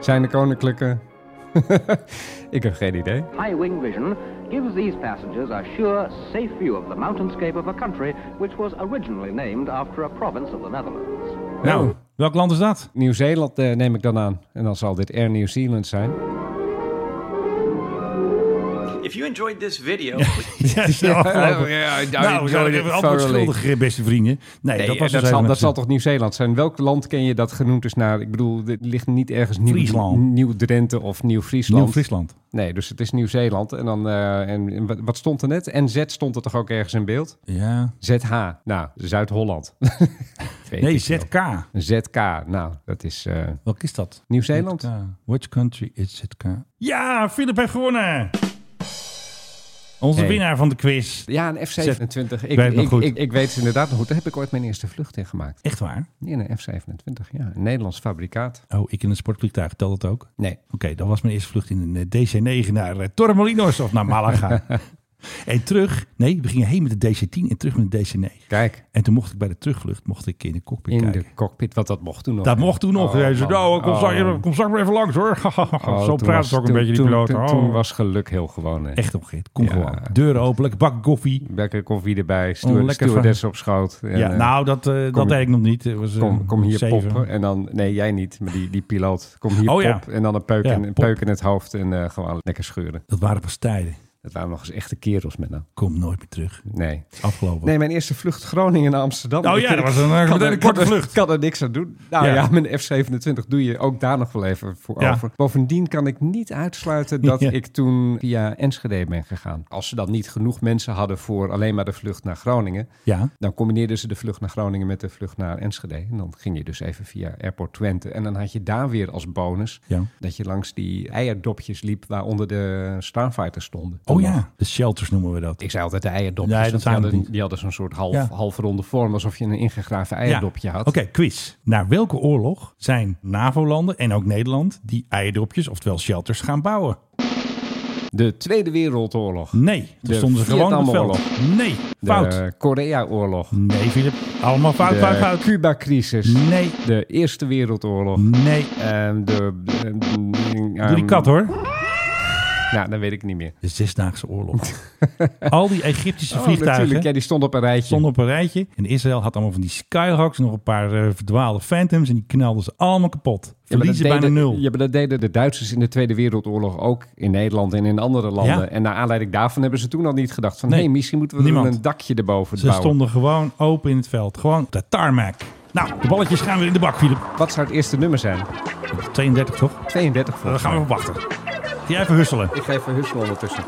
Zijn de koninklijke... [LAUGHS] Ik heb geen idee. High wing vision gives these passengers a sure, safe view of the mountainscape of a country which was originally named after a province of the Netherlands. Nou, welk land is dat? [LAUGHS] Nieuw-Zeeland eh, neem ik dan aan. En dan zal dit Air New Zealand zijn. If you enjoyed this video, Ja, is nou afgelopen. oh, ja, ja, nou, we zijn ja, even antwoord thoroughly. schuldig, beste vrienden. Nee, Nee, eh, dat was dat, dus zal, even dat zal een- toch Nieuw-Zeeland zijn? Welk land ken je dat genoemd is naar... Ik bedoel, dit ligt niet ergens Nieuw- Friesland. Nieuw-Drenthe of Nieuw-Friesland. Nieuw-Friesland. Nee, dus het is Nieuw-Zeeland. En dan, eh, en, en wat- wat stond er net? NZ stond er toch ook ergens in beeld? Ja. ZH. Nou, Zuid-Holland. [LAUGHS] Weet Nee, ik veel. ZK. ZK. Nou, dat is... eh, Welk is dat? Nieuw-Zeeland? ZK. Which country is ZK? Ja, Philip heeft gewonnen. Onze Hey. winnaar van de quiz. Ja, een F-27. Ik, Weet het nog ik, goed. Ik, ik weet het inderdaad nog goed. Daar heb ik ooit mijn eerste vlucht in gemaakt. Echt waar? In een F-27, ja. Een Nederlands fabrikaat. Oh, ik in een sportvliegtuig. Telt dat ook? Nee. Oké, dat was mijn eerste vlucht in een eh, DC-9 naar eh, Torremolinos of naar Malaga. [LAUGHS] en terug... Nee, we gingen heen met de DC-10 en terug met de DC-9. Kijk. En toen mocht ik bij de terugvlucht mocht ik in de cockpit In kijken. de cockpit, wat dat mocht toen nog. Dat mocht toen nog. Oh, Hij zei, man. nou, kom, Oh. straks- kom straks maar even langs hoor. [LAUGHS] Oh, Zo toen praat was- ze ook een toen- beetje die toen- piloot. Toen, Oh. toen was geluk heel gewoon. Hè. Echt omgekeerd. Kom Ja. gewoon. Deuren open, lekker bak koffie. Lekker koffie erbij, Oh, steward, lekker stewardess op schoot. En, ja, eh, nou, dat, eh dat kom- deed ik nog niet. Het was, eh, Kom, kom hier zeven. poppen en dan... Nee, jij niet, maar die, die piloot. Kom hier Oh, pop ja. en dan een peuk, Ja, in, een pop. peuk in het hoofd en eh, gewoon lekker scheuren. Dat waren pas tijden. Dat waren nog eens echte kerels met nou. Kom nooit meer terug. Nee. Afgelopen. Nee, mijn eerste vlucht Groningen naar Amsterdam. Oh ja, Ik- dat was een, eh, ik kan meteen er- een korte [LAUGHS] kan er- vlucht. kan er niks aan doen. Nou Ja. ja, mijn F-27 doe je ook daar nog wel even voor Ja. over. Bovendien kan ik niet uitsluiten [LAUGHS] dat Ja. ik toen via Enschede ben gegaan. Als ze dan niet genoeg mensen hadden voor alleen maar de vlucht naar Groningen... Ja. dan combineerden ze de vlucht naar Groningen met de vlucht naar Enschede. En dan ging je dus even via Airport Twente. En dan had je daar weer als bonus... Ja. dat je langs die eierdopjes liep waaronder de Starfighters stonden. Oh ja, de shelters noemen we dat. Ik zei altijd de eierdopjes. Nee, dat want die, zijn het hadden, niet. die hadden zo'n soort half, Ja. half ronde vorm, alsof je een ingegraven eierdopje Ja. had. Oké, quiz. Naar welke oorlog zijn NAVO-landen en ook Nederland die eierdopjes, oftewel shelters, gaan bouwen? De Tweede Wereldoorlog. Nee, toen De stonden ze gewoon op het veld. Vietnamoorlog. Nee, fout. De Korea-oorlog. Nee, Filip. Allemaal fout, fout, Mm. de fout. Cuba-crisis. Nee. De Eerste Wereldoorlog. Nee. En de... eh, ehm, Doe die kat hoor. Nou, dat weet ik niet meer. De Zesdaagse Oorlog. [LAUGHS] Al die Egyptische Oh, vliegtuigen natuurlijk. Ja, die stond op een rijtje. stonden op een rijtje. En Israël had allemaal van die Skyhawks, nog een paar eh, verdwaalde Phantoms. En die knalden ze allemaal kapot. Ja, maar dat Verliezen bijna deden- nul. Ja, maar dat deden de Duitsers in de Tweede Wereldoorlog ook in Nederland en in andere landen. Ja. En naar aanleiding daarvan hebben ze toen al niet gedacht van... Nee. hé, misschien moeten we Niemand. er een dakje erboven ze bouwen. stonden gewoon open in het veld. Gewoon op de tarmac. Nou, de balletjes gaan weer in de bak, Filip. Wat zou het eerste nummer zijn? 32 toch? 32 Dan volgens gaan we mij. even wachten. Ga jij even husselen. Ik geef een hussel ondertussen.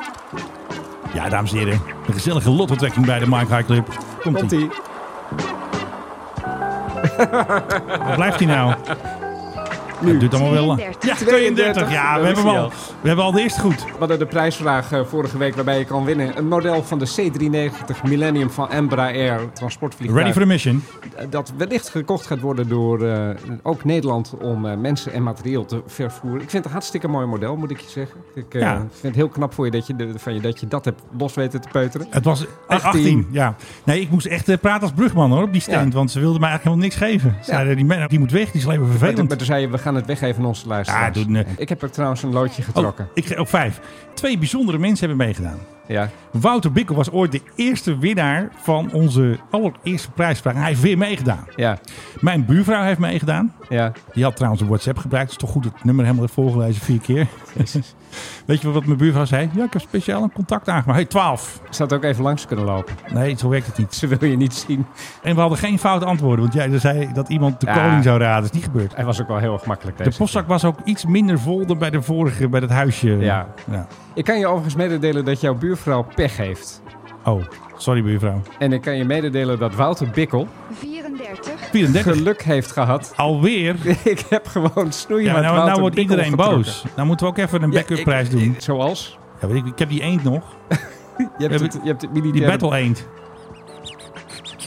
Ja, dames en heren. De gezellige lottotrekking bij de Mike High Club. Komt, Komt ie. ie. Waar blijft hij nou? Nu. Het duurt allemaal wel lang. Ja, 32. Ja, we Dat is hebben, hem hij al, al. we hebben al de eerste goed. We hadden de prijsvraag eh, vorige week waarbij je kan winnen. Een model van de C390 Millennium van Embraer transportvliegtuig. Eh, Ready for the mission. dat wellicht gekocht gaat worden door eh, ook Nederland om eh, mensen en materieel te vervoeren. Ik vind het een hartstikke mooi model, moet ik je zeggen. Ik eh, Ja. vind het heel knap voor je dat je, de- van je dat je dat hebt los weten te peuteren. Het was 18. 18, ja. Nee, ik moest echt eh, praten als brugman hoor, op die stand. Ja. Want ze wilden mij eigenlijk helemaal niks geven. Ze Zeiden, die man die moet weg, die is alleen maar Maar toen, vervelend. maar toen zei je, we gaan het weggeven aan onze Ja, luisteraars. doe nee. Ik heb er trouwens een loodje getrokken. Oh, ik ge- op vijf. Twee bijzondere mensen hebben meegedaan. Ja. Wouter Bikkel was ooit de eerste winnaar van onze allereerste prijsvraag. Hij heeft weer meegedaan. Ja, Mijn buurvrouw heeft meegedaan. ja. Die had trouwens een WhatsApp gebruikt. Het is toch goed dat het nummer helemaal heeft voorgelezen vier keer. [LAUGHS] Weet je wat mijn buurvrouw zei? Ja, ik heb speciaal een contact aangemaakt. Hey, 12. Ik zou het ook even langs kunnen lopen. [LAUGHS] Nee, zo werkt het niet. Ze wil je niet zien. En we hadden geen foute antwoorden. Want jij dus zei dat iemand de Ja. koning zou raden. Dat is niet gebeurd. Hij was ook wel heel gemakkelijk deze De postzak was ook iets minder vol dan bij de vorige, bij dat huisje. Ja. ja. keer. Ik kan je overigens mededelen dat jouw buurvrouw pech heeft. Oh, sorry buurvrouw. En ik kan je mededelen dat Wouter Bikkel 34. [LAUGHS] 34. geluk heeft gehad. Alweer. Ik heb gewoon snoeien Ja, met nou, Wouter nou wordt Bikkel iedereen getrokken. boos. Nou moeten we ook even een Ja, backup ik- prijs doen. Zoals? Ja, weet ik, ik heb die eend nog. Je hebt, Heb het, je hebt het militaire... Die battle eend.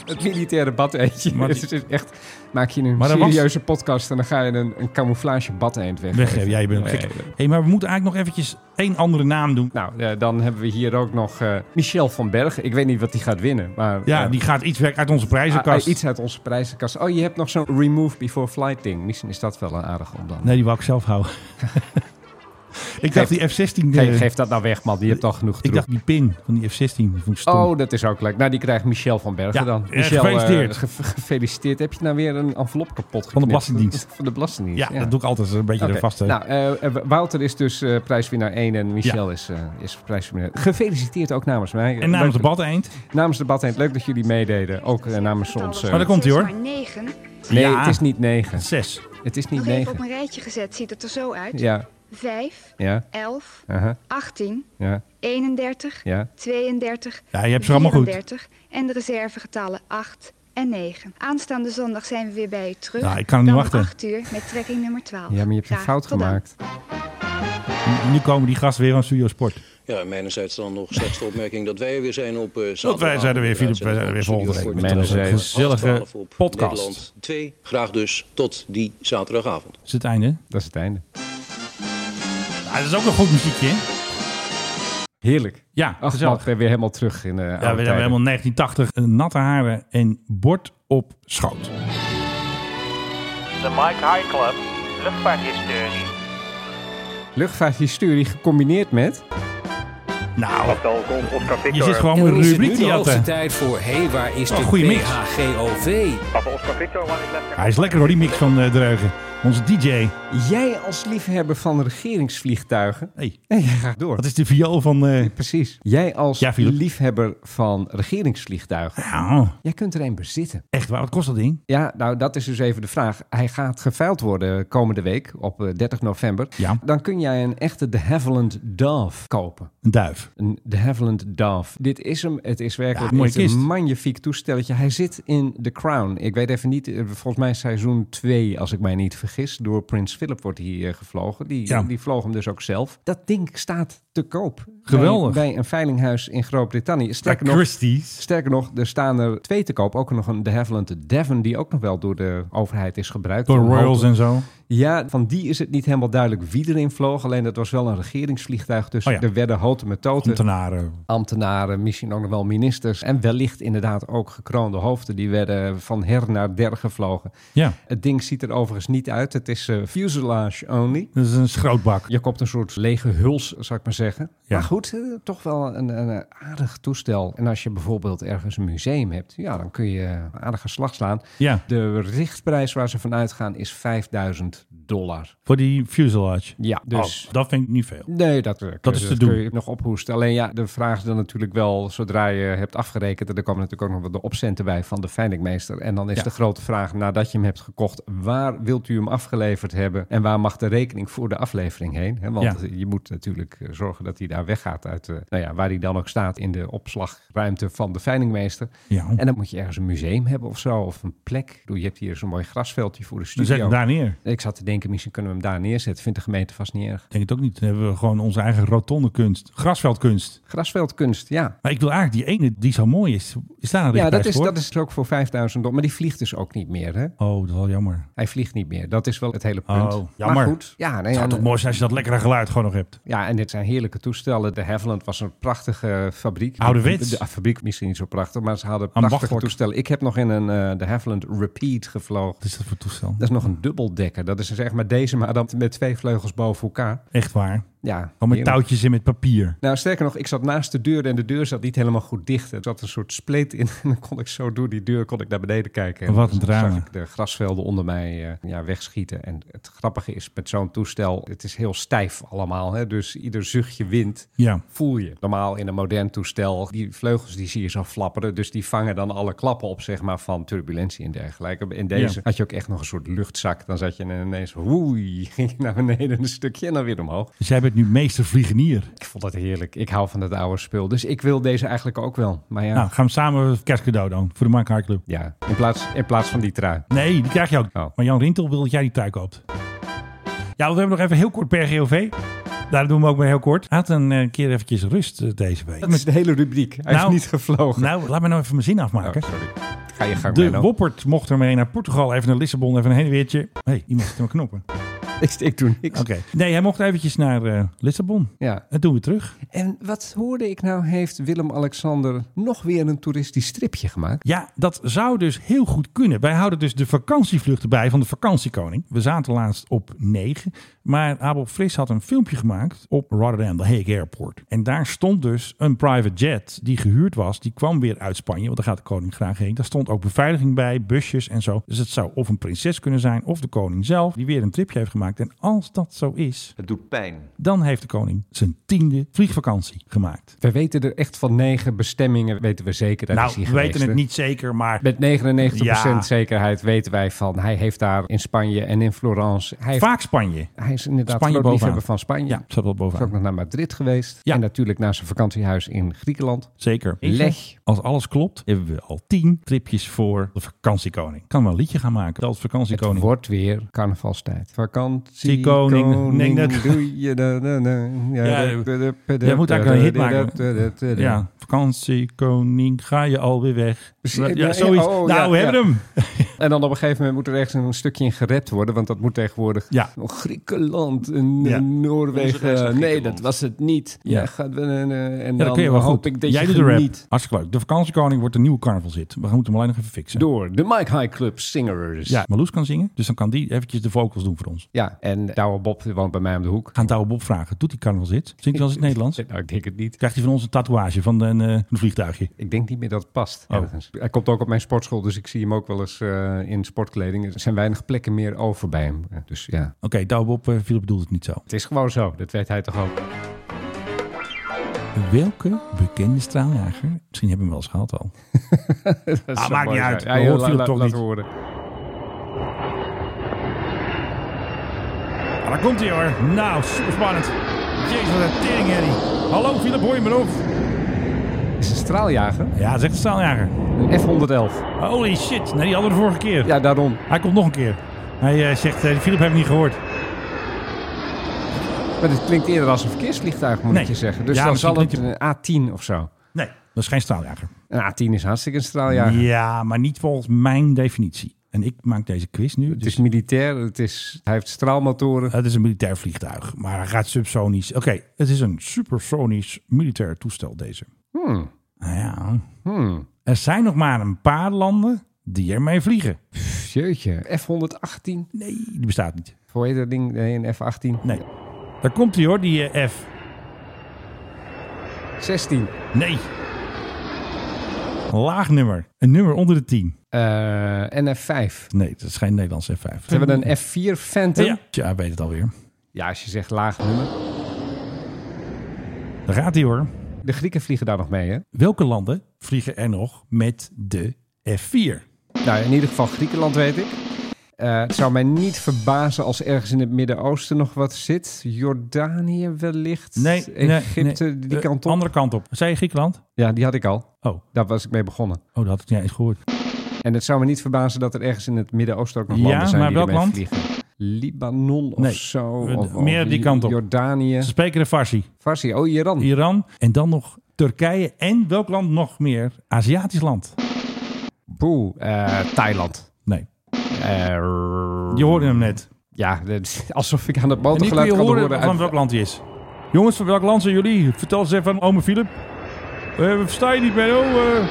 Het militaire badeendje. [LAUGHS] Maar die- het is echt, maak je een Maar dat was- serieuze podcast en dan ga je een, een camouflage badeend weggeven. Weggeven, ja, je bent gek. hey, maar we moeten eigenlijk nog eventjes één andere naam doen. Nou, eh, dan hebben we hier ook nog eh, Michel van Bergen. Ik weet niet wat die gaat winnen, maar... Ja, eh, die gaat iets weg uit onze prijzenkast. ah, ah, iets uit onze prijzenkast. Oh, je hebt nog zo'n remove before flight ding. Misschien is dat wel een aardige om dan. Nee, die wou ik zelf [LAUGHS] houden. ik dacht die F-16... eh, Geef, geef dat nou weg, man. Die hebt al genoeg ik troep. dacht die pin van die F-16. die vond ik stom. Oh, dat is ook leuk. Nou, die krijgt Michel van Bergen Ja, dan. eh, Michel, eh, gefeliciteerd. ge- gefeliciteerd. Heb je nou weer een envelop kapot geknipt? Belastingdienst. [LAUGHS] Van de Belastingdienst. ja, dat doe ik altijd een beetje Oké. er vast. hè. Nou, eh, eh, Wouter is dus eh, prijswinnaar 1 en Michel is, eh, is prijswinnaar. Gefeliciteerd ook namens mij. en namens Leuk- de bad eind. Namens de Badeind. Leuk dat jullie meededen. Ook eh, namens ons. eh, Maar daar komt hij hoor. Nee, Ja. het is niet 9. Zes. Het is niet Nog even 9. op een rijtje gezet ziet het er zo uit. Ja. 5, Ja. 11, Aha. 18, Ja. 31, Ja. 32, Ja, je hebt ze allemaal goed. 34 en de reservegetallen 8 en 9. Aanstaande zondag zijn we weer bij u terug. Nou, ik kan niet Dan wachten. 8 uur met trekking nummer 12. Ja, maar je hebt een Graag fout tot dan. gemaakt. En Nu komen die gasten weer aan Studio Sport. Ja, en mijnerzijds dan nog slechts de opmerking dat wij er weer zijn op eh Dat wij zijn er weer, Filip. Wij zijn er weer volgende week. Met onze gezellige podcast. Nederland 2. Graag dus tot die zaterdagavond. Dat is het einde. Dat is het einde. Ah, dat is ook een goed muziekje. hè? Heerlijk. Ja, Ach, gezellig. man, ik ben weer helemaal terug in eh Ja, we hebben helemaal 1980. eh, Natte haren en bord op schoot. De Mike High Club Luchtvaarthistorie. Luchtvaarthistorie gecombineerd met... Nou, Oscar je zit gewoon En een dan is het rubriek nu die de had. hoogste eh. tijd voor... Hé, hey, waar is Oh, de goede mix. PHGOV? Hij is lekker hoor, die mix van eh Dreugen. Onze DJ. Jij als liefhebber van regeringsvliegtuigen... Nee. Nee, jij gaat door. Dat is de viool van... eh, Precies. Jij als Ja, Philip. liefhebber van regeringsvliegtuigen... Nou, Jij kunt er een bezitten. echt waar, wat kost dat ding? Ja, nou dat is dus even de vraag. Hij gaat geveild worden komende week op eh, 30 november. Ja. Dan kun jij een echte de Havilland Dove kopen. Een duif. Een de Havilland Dove. Dit is hem. Het is werkelijk Ja, mooie het is een kist. magnifiek toestelletje. Hij zit in The Crown. Ik weet even niet, eh, volgens mij seizoen 2, als ik mij niet vergis. Door Prins Philip wordt hij eh, gevlogen. Die, Ja. die vloog hem dus ook zelf. Dat ding staat te koop. Geweldig. Bij, bij een veilinghuis in Groot-Brittannië. Sterker nog, Christie's. Sterker nog, er staan er twee te koop. Ook nog een de Havilland Devon, die ook nog wel door de overheid is gebruikt. Door Om Royals hoge- en zo. Ja, van die is het niet helemaal duidelijk wie erin vloog. Alleen dat was wel een regeringsvliegtuig. Dus Oh ja. er werden houten met toten. Ambtenaren. Ambtenaren, misschien ook nog wel ministers. En wellicht inderdaad ook gekroonde hoofden. Die werden van her naar der gevlogen. Ja, Het ding ziet er overigens niet uit. Het is eh, fuselage only. dat is een schrootbak. Je koopt een soort lege huls, zou ik maar zeggen. Ja. Maar goed, eh, toch wel een, een aardig toestel. En als je bijvoorbeeld ergens een museum hebt, ja, dan kun je een aardige slag slaan. Ja, De richtprijs waar ze van uitgaan is 5000 dollar. voor die fuselage. Ja, dus. Oh, dat vind ik niet veel. Nee, dat, eh, kun Dat is je- te doen. kun je nog ophoesten. Alleen ja, de vraag is dan natuurlijk wel, zodra je hebt afgerekend... en er komen natuurlijk ook nog wat de opcenten bij van de veilingmeester. En dan is Ja. de grote vraag, nadat je hem hebt gekocht... waar wilt u hem afgeleverd hebben en waar mag de rekening voor de aflevering heen? Hè, want Ja. je moet natuurlijk eh, zorgen dat hij daar weggaat uit... eh, nou ja, waar hij dan ook staat in de opslagruimte van de veilingmeester. Ja. En dan moet je ergens een museum hebben of zo, of een plek. Ik bedoel, Je hebt hier zo'n mooi grasveldje voor de Dan zet ik studio. hem daar neer. Ik zat te denken, misschien kunnen we hem daar neerzetten. Vindt de gemeente vast niet erg. Ik denk het ook niet. Dan hebben we gewoon onze eigen rotonde kunst. Grasveldkunst. Grasveldkunst, ja. Maar ik wil eigenlijk die ene die zo mooi is. Is daar een Ja, dat richtprijs is, voor? dat is ook voor 5000 dollar. Maar die vliegt dus ook niet meer, hè? Oh, dat is wel jammer. Hij vliegt niet meer. Dat is wel het hele Oh, punt. jammer. Maar goed. Ja, nee, het zou ja, toch mooi zijn als je dat lekkere geluid gewoon nog hebt. ja, en dit zijn heerlijke toestellen. De Havilland was een prachtige fabriek. Ouderwets. De, de fabriek misschien niet zo prachtig, maar ze hadden Aan prachtige wachtwoord. toestellen. Ik heb nog in een eh, de Havilland Repeat gevlogen. Wat is dat voor toestel? Dat is nog een dubbeldekker. Dat is dus echt maar deze, maar dan met twee vleugels boven elkaar. Echt waar. Ja, Gewoon Oh, met heerlijk. touwtjes en met papier. Nou, sterker nog, ik zat naast de deur en de deur zat niet helemaal goed dicht. Er zat een soort spleet in en dan kon ik zo door die deur kon ik naar beneden kijken. En Wat een dan drama. zag ik de grasvelden onder mij eh, ja, wegschieten. En het grappige is, met zo'n toestel, het is heel stijf allemaal. Hè? Dus ieder zuchtje wind Ja. voel je. Normaal in een modern toestel, die vleugels die zie je zo flapperen. Dus die vangen dan alle klappen op, zeg maar, van turbulentie en dergelijke. In deze Ja. had je ook echt nog een soort luchtzak. Dan zat je ineens, woei, [LAUGHS] ging je naar beneden een stukje en dan weer omhoog. Dus jij bent nu meester vliegenier. Ik vond dat heerlijk. Ik hou van dat oude spul. Dus ik wil deze eigenlijk ook wel. Maar ja, Nou, gaan we samen kerstcadeau dan voor de Mark Hart Club. ja in, plaats, in plaats van die trui. Nee, die krijg je ook. Oh. Maar Jan Rintel wil dat jij die trui koopt. Ja, we hebben nog even heel kort per GOV. Daar doen we hem ook maar heel kort. Hij had een eh, keer eventjes rust eh, deze week. Dat is de hele rubriek. Hij Nou, is niet gevlogen. Nou, laat me nou even mijn zin afmaken. Oh, sorry. Ga je gang, De Menno. Woppert mocht ermee naar Portugal, even naar Lissabon, even een heen en weertje. Hé, hey, iemand zit aan mijn [LAUGHS] knoppen. Ik, doe niks. Oké. Nee, hij mocht eventjes naar eh, Lissabon. Ja. En toen weer terug. En wat hoorde ik nou? Heeft Willem-Alexander nog weer een toeristisch stripje gemaakt? Ja, dat zou dus heel goed kunnen. Wij houden dus de vakantievluchten bij van de vakantiekoning. We zaten laatst op 9. Maar Abel Fris had een filmpje gemaakt op Rotterdam, de Hague Airport. En daar stond dus een private jet die gehuurd was. Die kwam weer uit Spanje, want daar gaat de koning graag heen. Daar stond ook beveiliging bij, busjes en zo. Dus het zou of een prinses kunnen zijn of de koning zelf die weer een tripje heeft gemaakt. En als dat zo is, Het doet pijn. dan heeft de koning zijn tiende vliegvakantie gemaakt. We weten er echt van negen bestemmingen, weten we zeker. Daar nou, is hij we weten geweest, het hè? niet zeker, maar... Met 99% Ja. zekerheid weten wij van hij heeft daar in Spanje en in Florence. Hij heeft- Vaak Spanje. Hij is inderdaad Spanje groot bovenaan. liefhebber van Spanje. Ja, zat wel Is ook bovenaan. nog naar Madrid geweest. En natuurlijk naar zijn vakantiehuis in Griekenland. Zeker. Leg. Als alles klopt, hebben we al tien tripjes voor de vakantiekoning. Kan wel een liedje gaan maken. Dat is vakantiekoning. Het wordt weer carnavalstijd. Vakantie Vakantiekoning. Nee, dat- doe je da, da, da. Ja, Ja, eh, da, da, da, da, Jij moet da, eigenlijk een hit da, da, da, da, da, maken. da. Ja, vakantiekoning, ga je alweer weg. Precies. Ja, zoiets. Oh, nou, ja, we hebben ja. hem. En dan op een gegeven moment moet er ergens een stukje in gered worden. Want dat moet tegenwoordig. Ja. Oh, Griekenland en Ja. Onze eh, reis naar Noorwegen. Nee, Griekenland. dat was het niet. Ja. Ja. gaat, en en dan Ja, dat kun je wel hoop goed. ik dat Jij je doet de rap. geniet. Hartstikke leuk. De vakantiekoning wordt een nieuwe carnaval zit. We moeten hem alleen nog even fixen. Door de Mike High Club Singers. Ja, Marloes kan zingen, dus dan kan die eventjes de vocals doen voor ons. Ja, en Douwe Bob die woont bij mij om de hoek. Gaan Douwe Bob vragen, doet die carnaval zit? Zingt hij wel [LAUGHS] eens in het Nederlands? Nou, ik denk het niet. Krijgt hij van ons een tatoeage van een, eh, een vliegtuigje? Ik denk niet meer dat het past. Oh. Ergens. Hij komt ook op mijn sportschool, dus ik zie hem ook wel eens eh, in sportkleding. Er zijn weinig plekken meer over bij hem. Eh, Dus ja, Oké, Douwe Bob, eh, Philip bedoelt het niet zo. het is gewoon zo. Dat weet hij toch ook. Welke bekende straaljager? Misschien hebben we hem wel eens gehad al. [LAUGHS] Dat zou ah, mooi maakt niet zijn. uit. Ja, We joh, hoort la- Philip la- toch laten niet. we horen. Ah, daar komt hij hoor. Nou, super spannend. Jezus, wat een tering, Hallo Philip, hoor je me nog? Is een straaljager? Ja, zegt de straaljager. Een F-111. Holy shit. Nee, die hadden we de vorige keer. Ja, daarom. Hij komt nog een keer. Hij eh, zegt, eh, Philip heeft niet gehoord. Maar dit klinkt eerder als een verkeersvliegtuig, moet Nee. ik je zeggen. Dus Ja, dan misschien zal het klinkt een A10 of zo. Nee, dat is geen straaljager. Een A10 is hartstikke een straaljager. Ja, maar niet volgens mijn definitie. En ik maak deze quiz nu. Het Dus Eh. is militair, het is, hij heeft straalmotoren. het is een militair vliegtuig. Maar hij gaat subsonisch. Oké, het is een supersonisch militair toestel deze. Hmm. Nou ja, Hmm. er zijn nog maar een paar landen die ermee vliegen. Pff, Jeetje, F-118. Nee, die bestaat niet. Hoe heet dat ding? Nee, een F-18. Nee. Daar komt hij hoor, die eh, F. 16. Nee. Een laag nummer. Een nummer onder de 10. Eh, en F5. Nee, dat is geen Nederlands F5. Ze hebben een F4 Phantom. Ja, ja, hij weet het alweer. Ja, als je zegt laag nummer. Daar gaat hij hoor. De Grieken vliegen daar nog mee, hè? Welke landen vliegen er nog met de F4? Nou, in ieder geval Griekenland weet ik. Eh, het zou mij niet verbazen als ergens in het Midden-Oosten nog wat zit. Jordanië wellicht. Nee, nee, Egypte, nee. die De kant op. Andere kant op. Zei je Griekenland? Ja, die had ik al. Oh, oh, Daar was ik mee begonnen. dat had ik niet eens gehoord. En het zou me niet verbazen dat er ergens in het Midden-Oosten ook nog Ja, landen zijn maar die welk ermee land? vliegen. Libanon of Nee, zo. eh, Of, of meer die kant op. Jordanië. Ze spreken de Farsi. Farsi. Oh, Iran. Iran. En dan nog Turkije. En welk land nog meer? Aziatisch land. Boe. eh, Thailand. Nee. Eh, Je hoorde hem net. Ja, dat- [LAUGHS] alsof ik aan het En nu kun motorgeluid je kan horen horen. van uit- welk land hij is. Jongens, van welk land zijn jullie? Vertel eens even aan ome Philip. Eh, we verstaan je niet meer, hoor. Eh,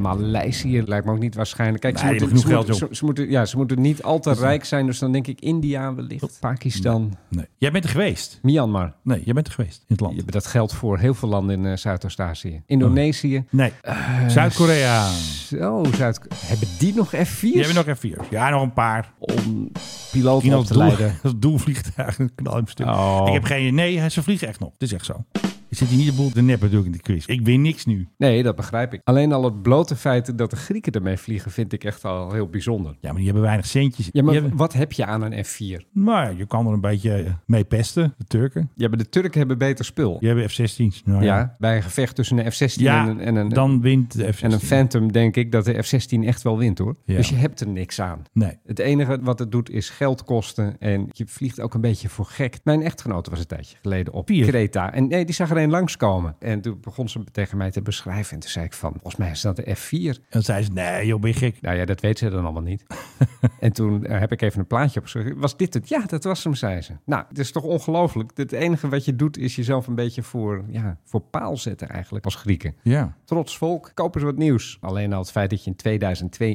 Maleisië lijkt me ook niet waarschijnlijk. Kijk, ze Nee, moeten, die ze, hebben genoeg moeten, geld, ze, ze moeten, ja, ze moeten niet al te rijk zijn. Dus dan denk ik India Oh, wellicht. Pakistan. Nee. Jij bent er geweest. Myanmar. Nee, jij bent er geweest in het Je land. hebt dat geld voor heel veel landen in eh, Zuidoost-Azië. Indonesië. Nee. Eh, Zuid-Korea. Zo, Zuid Hebben die nog F4's? Jij bent nog even vier. Ja, nog een paar. Om piloten Misschien op als, te [LAUGHS] doel, leiden. als doelvliegtuig. Een knal hem stuk. Oh. Ik heb geen... Nee, ze vliegen echt nog. Het is echt zo. Ik zit hier niet de boel te neppen natuurlijk in de quiz. Ik win niks nu. Nee, dat begrijp ik. Alleen al het blote feit dat de Grieken ermee vliegen... vind ik echt al heel bijzonder. Ja, maar die hebben weinig centjes. Ja, Die maar hebben- wat heb je aan een F4? maar ja, je kan er een beetje mee pesten. De Turken. Ja, maar de Turken hebben beter spul. Die hebben F-16's. Nou, Ja, ja. bij een gevecht tussen een F-16 en Ja, een, en een, dan wint de F-16. en een Phantom denk ik dat de F-16 echt wel wint hoor. Ja. Dus je hebt er niks aan. Nee. Het enige wat het doet is geld kosten en je vliegt ook een beetje voor gek. Mijn echtgenote was een tijdje geleden op Pier. Kreta. En nee, die zag er meteen langskomen. En toen begon ze tegen mij te beschrijven. En toen zei ik van, volgens mij is dat de F4. En zei ze, nee joh, ben je gek. Nou ja, dat weet ze dan allemaal niet. en toen eh, heb ik even een plaatje opgeschreven. Was dit het? Ja, dat was hem, zei ze. Nou, het is toch ongelooflijk. Het enige wat je doet is jezelf een beetje voor, ja, voor paal zetten eigenlijk als Grieken. Ja. Trots volk, koop eens wat nieuws. Alleen al het feit dat je in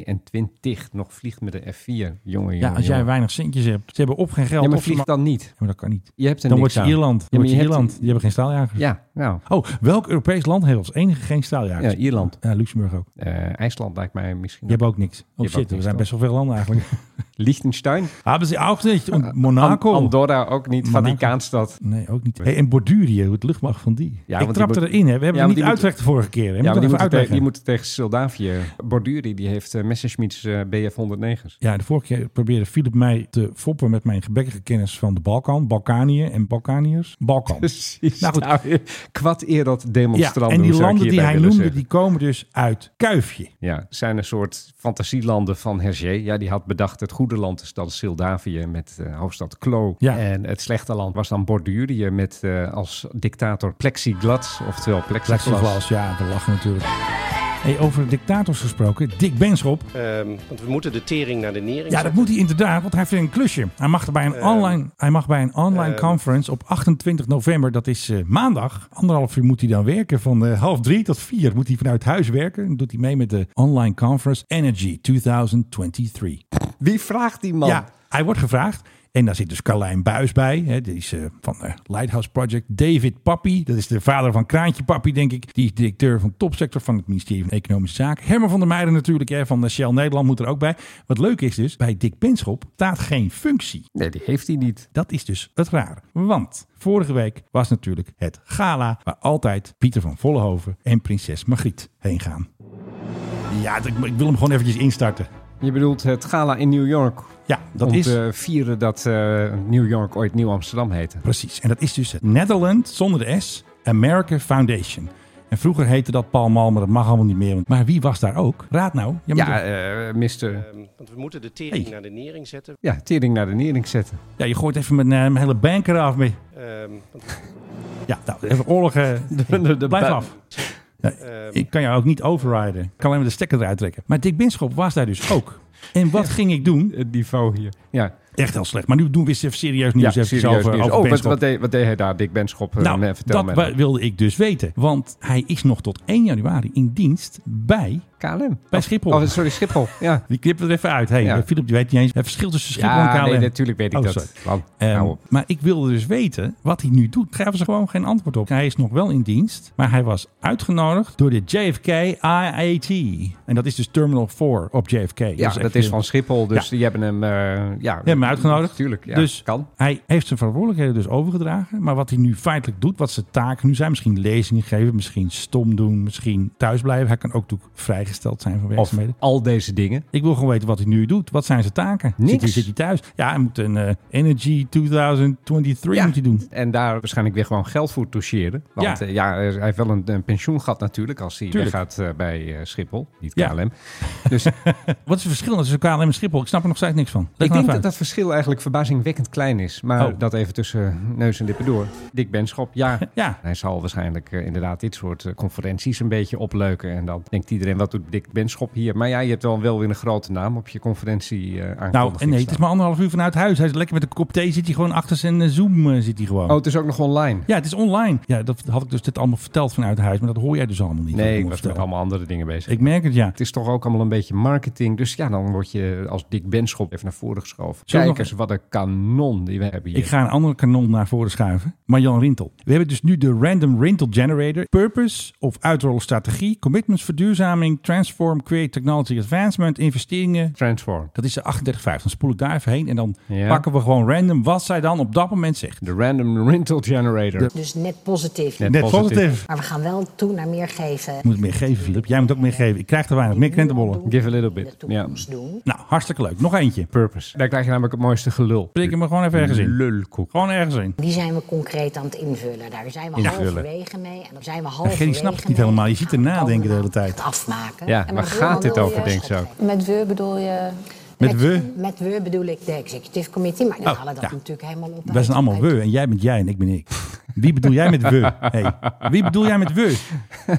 2022 nog vliegt met de F4. Jongen, jongen, Ja, als jij jongen. weinig centjes hebt. Ze hebben op geen geld. Ja, maar of ze vlieg dan niet. maar dat kan niet. Je hebt er dan wordt niks je aan. Ierland. Ja, Dan maar wordt je je hebt- Ierland. Die hebben geen staaljagers. Ja, nou. Oh, welk Europees land heeft als enige geen staaljagers? Ja, Ierland. Ja, Luxemburg ook. Eh, IJsland lijkt mij misschien. Die hebben ook niks. Die Oh hebben ook shit, er niks, zijn toch? best wel veel landen eigenlijk. [LAUGHS] Liechtenstein. Hebben ze ook niet. En Monaco. An- Andorra ook niet. Monaco. Vaticaanstad. Nee, ook niet. Hey, en Bordurië, hoe het luchtmacht van die. Ja, ik want die trapte moet- erin. Hè. We hebben Ja, het niet want die uitrecht de vorige keer. Hè. Ja, maar die Moet moeten, even tegen, uitleggen. die moeten tegen Soldavië. Borduri, die heeft eh, Messerschmitts eh, BF 109's. Ja, de vorige keer probeerde Philip mij te foppen met mijn gebrekkige kennis van de Balkan. Balkanië en Balkaniërs. [LAUGHS] Balkan. [LAUGHS] Precies. Nou goed. Nou, kwad eer dat Ja, demonstranten. en die hoe zou ik landen die hierbij hij willen noemde, zeggen? die komen dus uit Kuifje. Ja, zijn een soort fantasielanden van Hergé. Ja, die had bedacht het goede land is dan Sildavië met eh, hoofdstad Klo. Ja. En het slechte land was dan Bordurië met eh, als dictator Plexiglas, oftewel Plexiglas. Plexiglas, ja, we lachen natuurlijk. Hey, over dictators gesproken, Dick Benschop. Ehm, want we moeten de tering naar de nering Ja, dat zetten. moet hij inderdaad, want hij heeft een klusje. Hij mag er bij een online, hij mag bij een online eh, conference op 28 november, dat is eh, maandag. Anderhalf uur moet hij dan werken. Van eh, half drie tot vier moet hij vanuit huis werken. Dan doet hij mee met de online conference Energy 2023. Wie vraagt die man? Ja, hij wordt gevraagd. En daar zit dus Carlijn Buis bij. Hè, die is eh, van de Lighthouse Project. David Pappy, dat is de vader van Kraantje Pappy, denk ik. Die is directeur van topsector van het ministerie van Economische Zaken. Herman van der Meijden natuurlijk, hè, van eh, Shell Nederland moet er ook bij. Wat leuk is dus, bij Dick Benschop staat geen functie. Nee, die heeft hij niet. Dat is dus het rare. Want vorige week was natuurlijk het gala... waar altijd Pieter van Vollenhoven en prinses Margriet heen gaan. Ja, ik, ik wil hem gewoon eventjes instarten. Je bedoelt het gala in New York. Ja, dat om is- te vieren dat eh, New York ooit Nieuw-Amsterdam heette. Precies. En dat is dus het Nederland zonder de S, American Foundation. En vroeger heette dat Paul Mal, maar dat mag allemaal niet meer. want- Maar wie was daar ook? Raad nou. Jij moet Ja, er- eh mister... Ehm, want we moeten de tering naar de nering zetten. Ja, tering naar de nering zetten. ja, je gooit even mijn, eh, mijn hele bank eraf mee. Ehm, want- Ja, nou, even [LAUGHS] oorlogen. Blijf bu- Ehm. af. Nou, ik kan jou ook niet overriden. Ik kan alleen maar de stekker eruit trekken. Maar Dick Binschop was daar dus ook. En wat ging ik doen? Het niveau hier. Ja, Echt heel slecht. Maar nu doen we eens even serieus nieuws. ja even serieus over, nieuws. eh, over Oh, wat, Benschop. wat, deed, wat deed hij daar, Dick Benschop? Eh, Nou, nee, vertel dat me. wa- wilde ik dus weten. Want hij is nog tot 1 januari in dienst bij... KLM. Bij Schiphol. Oh, sorry, Schiphol. Ja. Die knippen we er even uit. Hey, Ja. Philip, die weet niet eens het verschil tussen Schiphol en Ja, KLM. nee, natuurlijk weet ik Oh, dat. sorry. Want, Ehm, hou op. maar ik wilde dus weten wat hij nu doet. Gaven ze gewoon geen antwoord op. Hij is nog wel in dienst, maar hij was uitgenodigd door de JFK IAT. En dat is dus Terminal 4 op JFK. ja, Dus echt dat is heel- van Schiphol, dus Ja. die hebben hem... eh, ja, Die hebben hem uitgenodigd. Tuurlijk, ja, dus kan. hij heeft zijn verantwoordelijkheden dus overgedragen. Maar wat hij nu feitelijk doet, wat zijn taken nu zijn. Misschien lezingen geven, misschien stom doen, misschien thuis blijven. Hij kan ook natuurlijk vrijgesteld zijn van Of werkzaamheden. al deze dingen. Ik wil gewoon weten wat hij nu doet. Wat zijn zijn taken? Niks. Zit hij, zit hij thuis? Ja, hij moet een eh, Energy 2023 moet hij doen. En daar waarschijnlijk weer gewoon geld voor toucheren. Want Ja. ja, ja er- hij heeft wel een, een pensioengat natuurlijk als hij Tuurlijk. weggaat eh, bij eh, Schiphol, niet Ja. KLM. Dus Wat is het verschil tussen KLM en Schiphol? Ik snap er nog steeds niks van. Leg ik maar denk even dat uit. dat verschil eigenlijk verbazingwekkend klein is. Maar Oh. dat even tussen neus en lippen door. Dick Benschop, ja. [LAUGHS] Ja. Hij zal waarschijnlijk eh, inderdaad dit soort eh, conferenties een beetje opleuken. En dan denkt iedereen, wat doet Dick Benschop hier? Maar ja, je hebt dan wel weer een grote naam op je conferentie eh Nou, aankondiging en nee, het staan. is maar anderhalf uur vanuit huis. Hij is lekker met een kop thee. Zit hij gewoon achter zijn eh, Zoom eh, zit hij gewoon. Oh, het is ook nog online? Ja, het is online. Ja, dat had ik dus dit allemaal verteld vanuit huis. Maar dat hoor jij dus allemaal niet. Nee, ik moet was met vertellen. allemaal andere dingen bezig. Ik merk het, ja. Het is toch ook allemaal een beetje marketing. Dus ja, dan word je als Dick Benschop even naar voren geschoven. Zullen Kijk we eens, wat een kanon die we hebben hier. Ik ga een andere kanon naar voren schuiven. Marjan Rintel. We hebben dus nu de Random Rintel Generator. Purpose of uitrol strategie. Commitments, verduurzaming, transform, create technology advancement, investeringen. Transform. Dat is de 38,5. Dan spoel ik daar even heen en dan Ja. pakken we gewoon random wat zij dan op dat moment zegt. De Random Rental Generator. Dus net positief. Net Net positief. positief. Maar we gaan wel toe naar meer geven. Ik moet meer geven, Filip. Jij moet ook meer geven. Ik krijg er weinig. Meer krentenbollen. Give a little bit. Ja. Nou, hartstikke leuk. Nog eentje. Purpose. Daar krijg je namelijk het mooiste gelul. Prik hem er gewoon even ergens in. Lulkoek. Gewoon ergens in. Die zijn we concreet aan het invullen. Daar zijn we Invullen. halverwege mee. En dan zijn we Ja, halverwege Gerry snapt het niet helemaal. Je ziet er nadenken de hele tijd. afmaken. Ja, En waar dan gaat wil dit je- over, denk ik ook? Met we bedoel je... Met we. Met we bedoel ik de executive committee. Maar die Oh, halen dat ja. natuurlijk helemaal op. Wij zijn allemaal we en jij bent jij en ik ben ik. Wie bedoel jij met we? Hey, wie bedoel jij met we?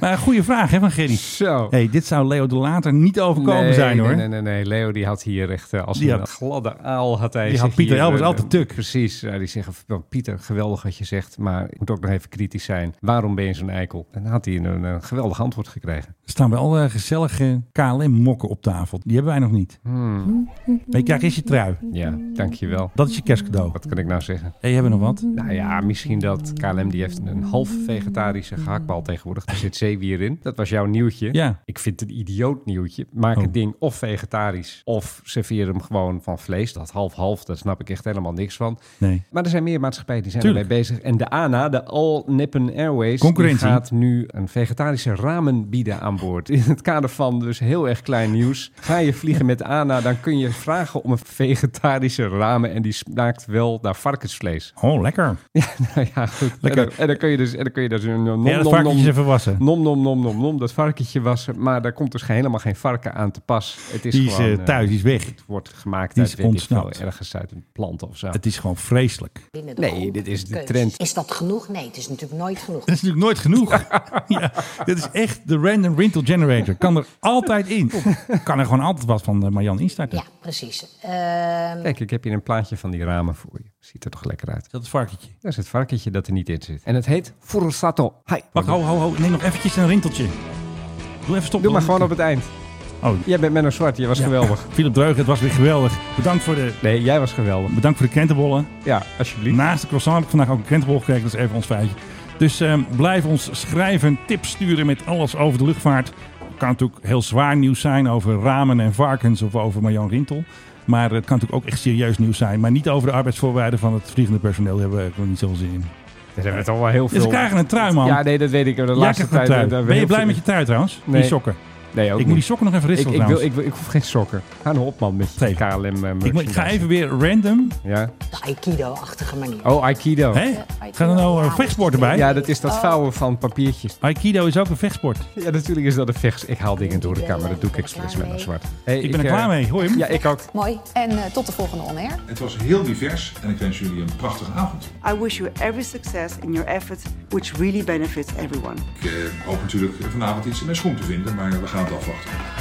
Maar een goede vraag hè, van Gerry. Zo. Hey, dit zou Leo de Later niet overkomen nee, zijn hoor. Nee, nee, nee, nee. Leo die had hier echt eh, als Die een had- gladde aal had hij die zich had Pieter hier, Elbers eh, altijd tuk. Precies. Ja, die zeggen, van, Pieter, geweldig wat je zegt, maar ik moet ook nog even kritisch zijn. Waarom ben je zo'n eikel? En dan had hij een, eh, geweldig antwoord gekregen. Er staan wel eh, gezellige KLM-mokken op tafel. Die hebben wij nog niet. Hmm. Maar je krijgt eerst je trui. Ja, dankjewel. Dat is je kerstcadeau. Wat kan ik nou zeggen? Hey, hebben we nog wat? Nou ja, misschien dat KLM die heeft een half vegetarische gehaktbal tegenwoordig. Er zit zeewier in. Dat was jouw nieuwtje. Ja. Ik vind het een idioot nieuwtje. Maak Oh. het ding of vegetarisch of serveer hem gewoon van vlees. Dat half-half, daar snap ik echt helemaal niks van. Nee. Maar er zijn meer maatschappijen die zijn Tuurlijk. ermee bezig. En de ANA, de All Nippon Airways, die Concurrentie. gaat nu een vegetarische ramen bieden aan boord. In het kader van dus heel erg klein nieuws. Ga je vliegen met ANA, dan kun je vragen om een vegetarische ramen. En die smaakt wel naar varkensvlees. [LAUGHS] Oh, lekker. Nou ja, goed. En Lekker. dan, en dan kun je dus, en dan kun je dus een nom, Ja, dat nom, varkentje nom, is even wassen. nom, nom, nom, nom, nom, dat varkentje wassen. Maar daar komt dus geen- helemaal geen varken aan te pas. Het is Die is, gewoon, eh, eh, thuis, die is weg. Het wordt gemaakt Die uit, is weet ik veel, ontsnapt. ergens uit een plant of zo. Het is gewoon vreselijk. binnen de Nee, groep dit is de keuzes. trend. Is dat genoeg? Nee, het is natuurlijk nooit genoeg. Dat is natuurlijk nooit genoeg. ja, dit is echt de random rental generator. Kan er altijd in. Kan er gewoon altijd wat van eh, Marjan instarten. Ja, precies. Ehm, Kijk, ik heb hier een plaatje van die ramen voor je. Ziet er toch lekker uit. Dat is het varkentje. Dat is het varkentje dat er niet in zit. En het heet Furusato. Hai. Wacht, ho, ho, ho. Neem nog eventjes een rinteltje. Doe even stop. Doe maar gewoon op het eind. Oh. Jij bent Menno Zwart, jij was geweldig. Philip Dreugen, het was weer geweldig. Bedankt voor de, Nee, jij was geweldig. bedankt voor de krentenbollen. Ja, alsjeblieft. Naast de croissant heb ik vandaag ook een krentenbol gekregen. Dat is even ons feitje. Dus ehm, blijf ons schrijven, tips sturen met alles over de luchtvaart. Het kan natuurlijk heel zwaar nieuws zijn over ramen en varkens of over Marjan Rintel. Maar het kan natuurlijk ook echt serieus nieuws zijn. Maar niet over de arbeidsvoorwaarden van het vliegende personeel. Daar hebben we eigenlijk nog niet zoveel zin in. Daar hebben we toch wel heel Ja, veel... ze krijgen een trui, man. Ja, nee, dat weet ik. De Jij laatste krijgt een tijd... trui. eh, daar hebben we Ben je heel blij veel- met je trui trouwens? Nee. Die sokken. Nee, ook Ik moet niet. die sokken nog even ik, ritselen ik, wil, trouwens. ik, wil- ik hoef geen sokken. Ga nou op, man, met je Nee. KLM eh, Ik, moet- ik merchandise. ga even weer random. Ja. de Aikido-achtige manier. Oh, Aikido. Hé? Gaat er nou een vechtsport erbij? Ja, dat is dat vouwen van papiertjes. Aikido is ook een vechtsport. Ja, natuurlijk is dat een vechts. Ik haal dingen door de kamer. Dat doe ik expres met een zwart. Hey, Ik ben er eh, klaar mee. Hoor je hem? Ja, ik ook. Mooi. En eh, tot de volgende On Air. Het was heel divers en ik wens jullie een prachtige avond. I wish you every success in your efforts, which really benefits everyone. Ik eh, hoop natuurlijk vanavond iets in mijn schoen te vinden, maar we gaan het afwachten.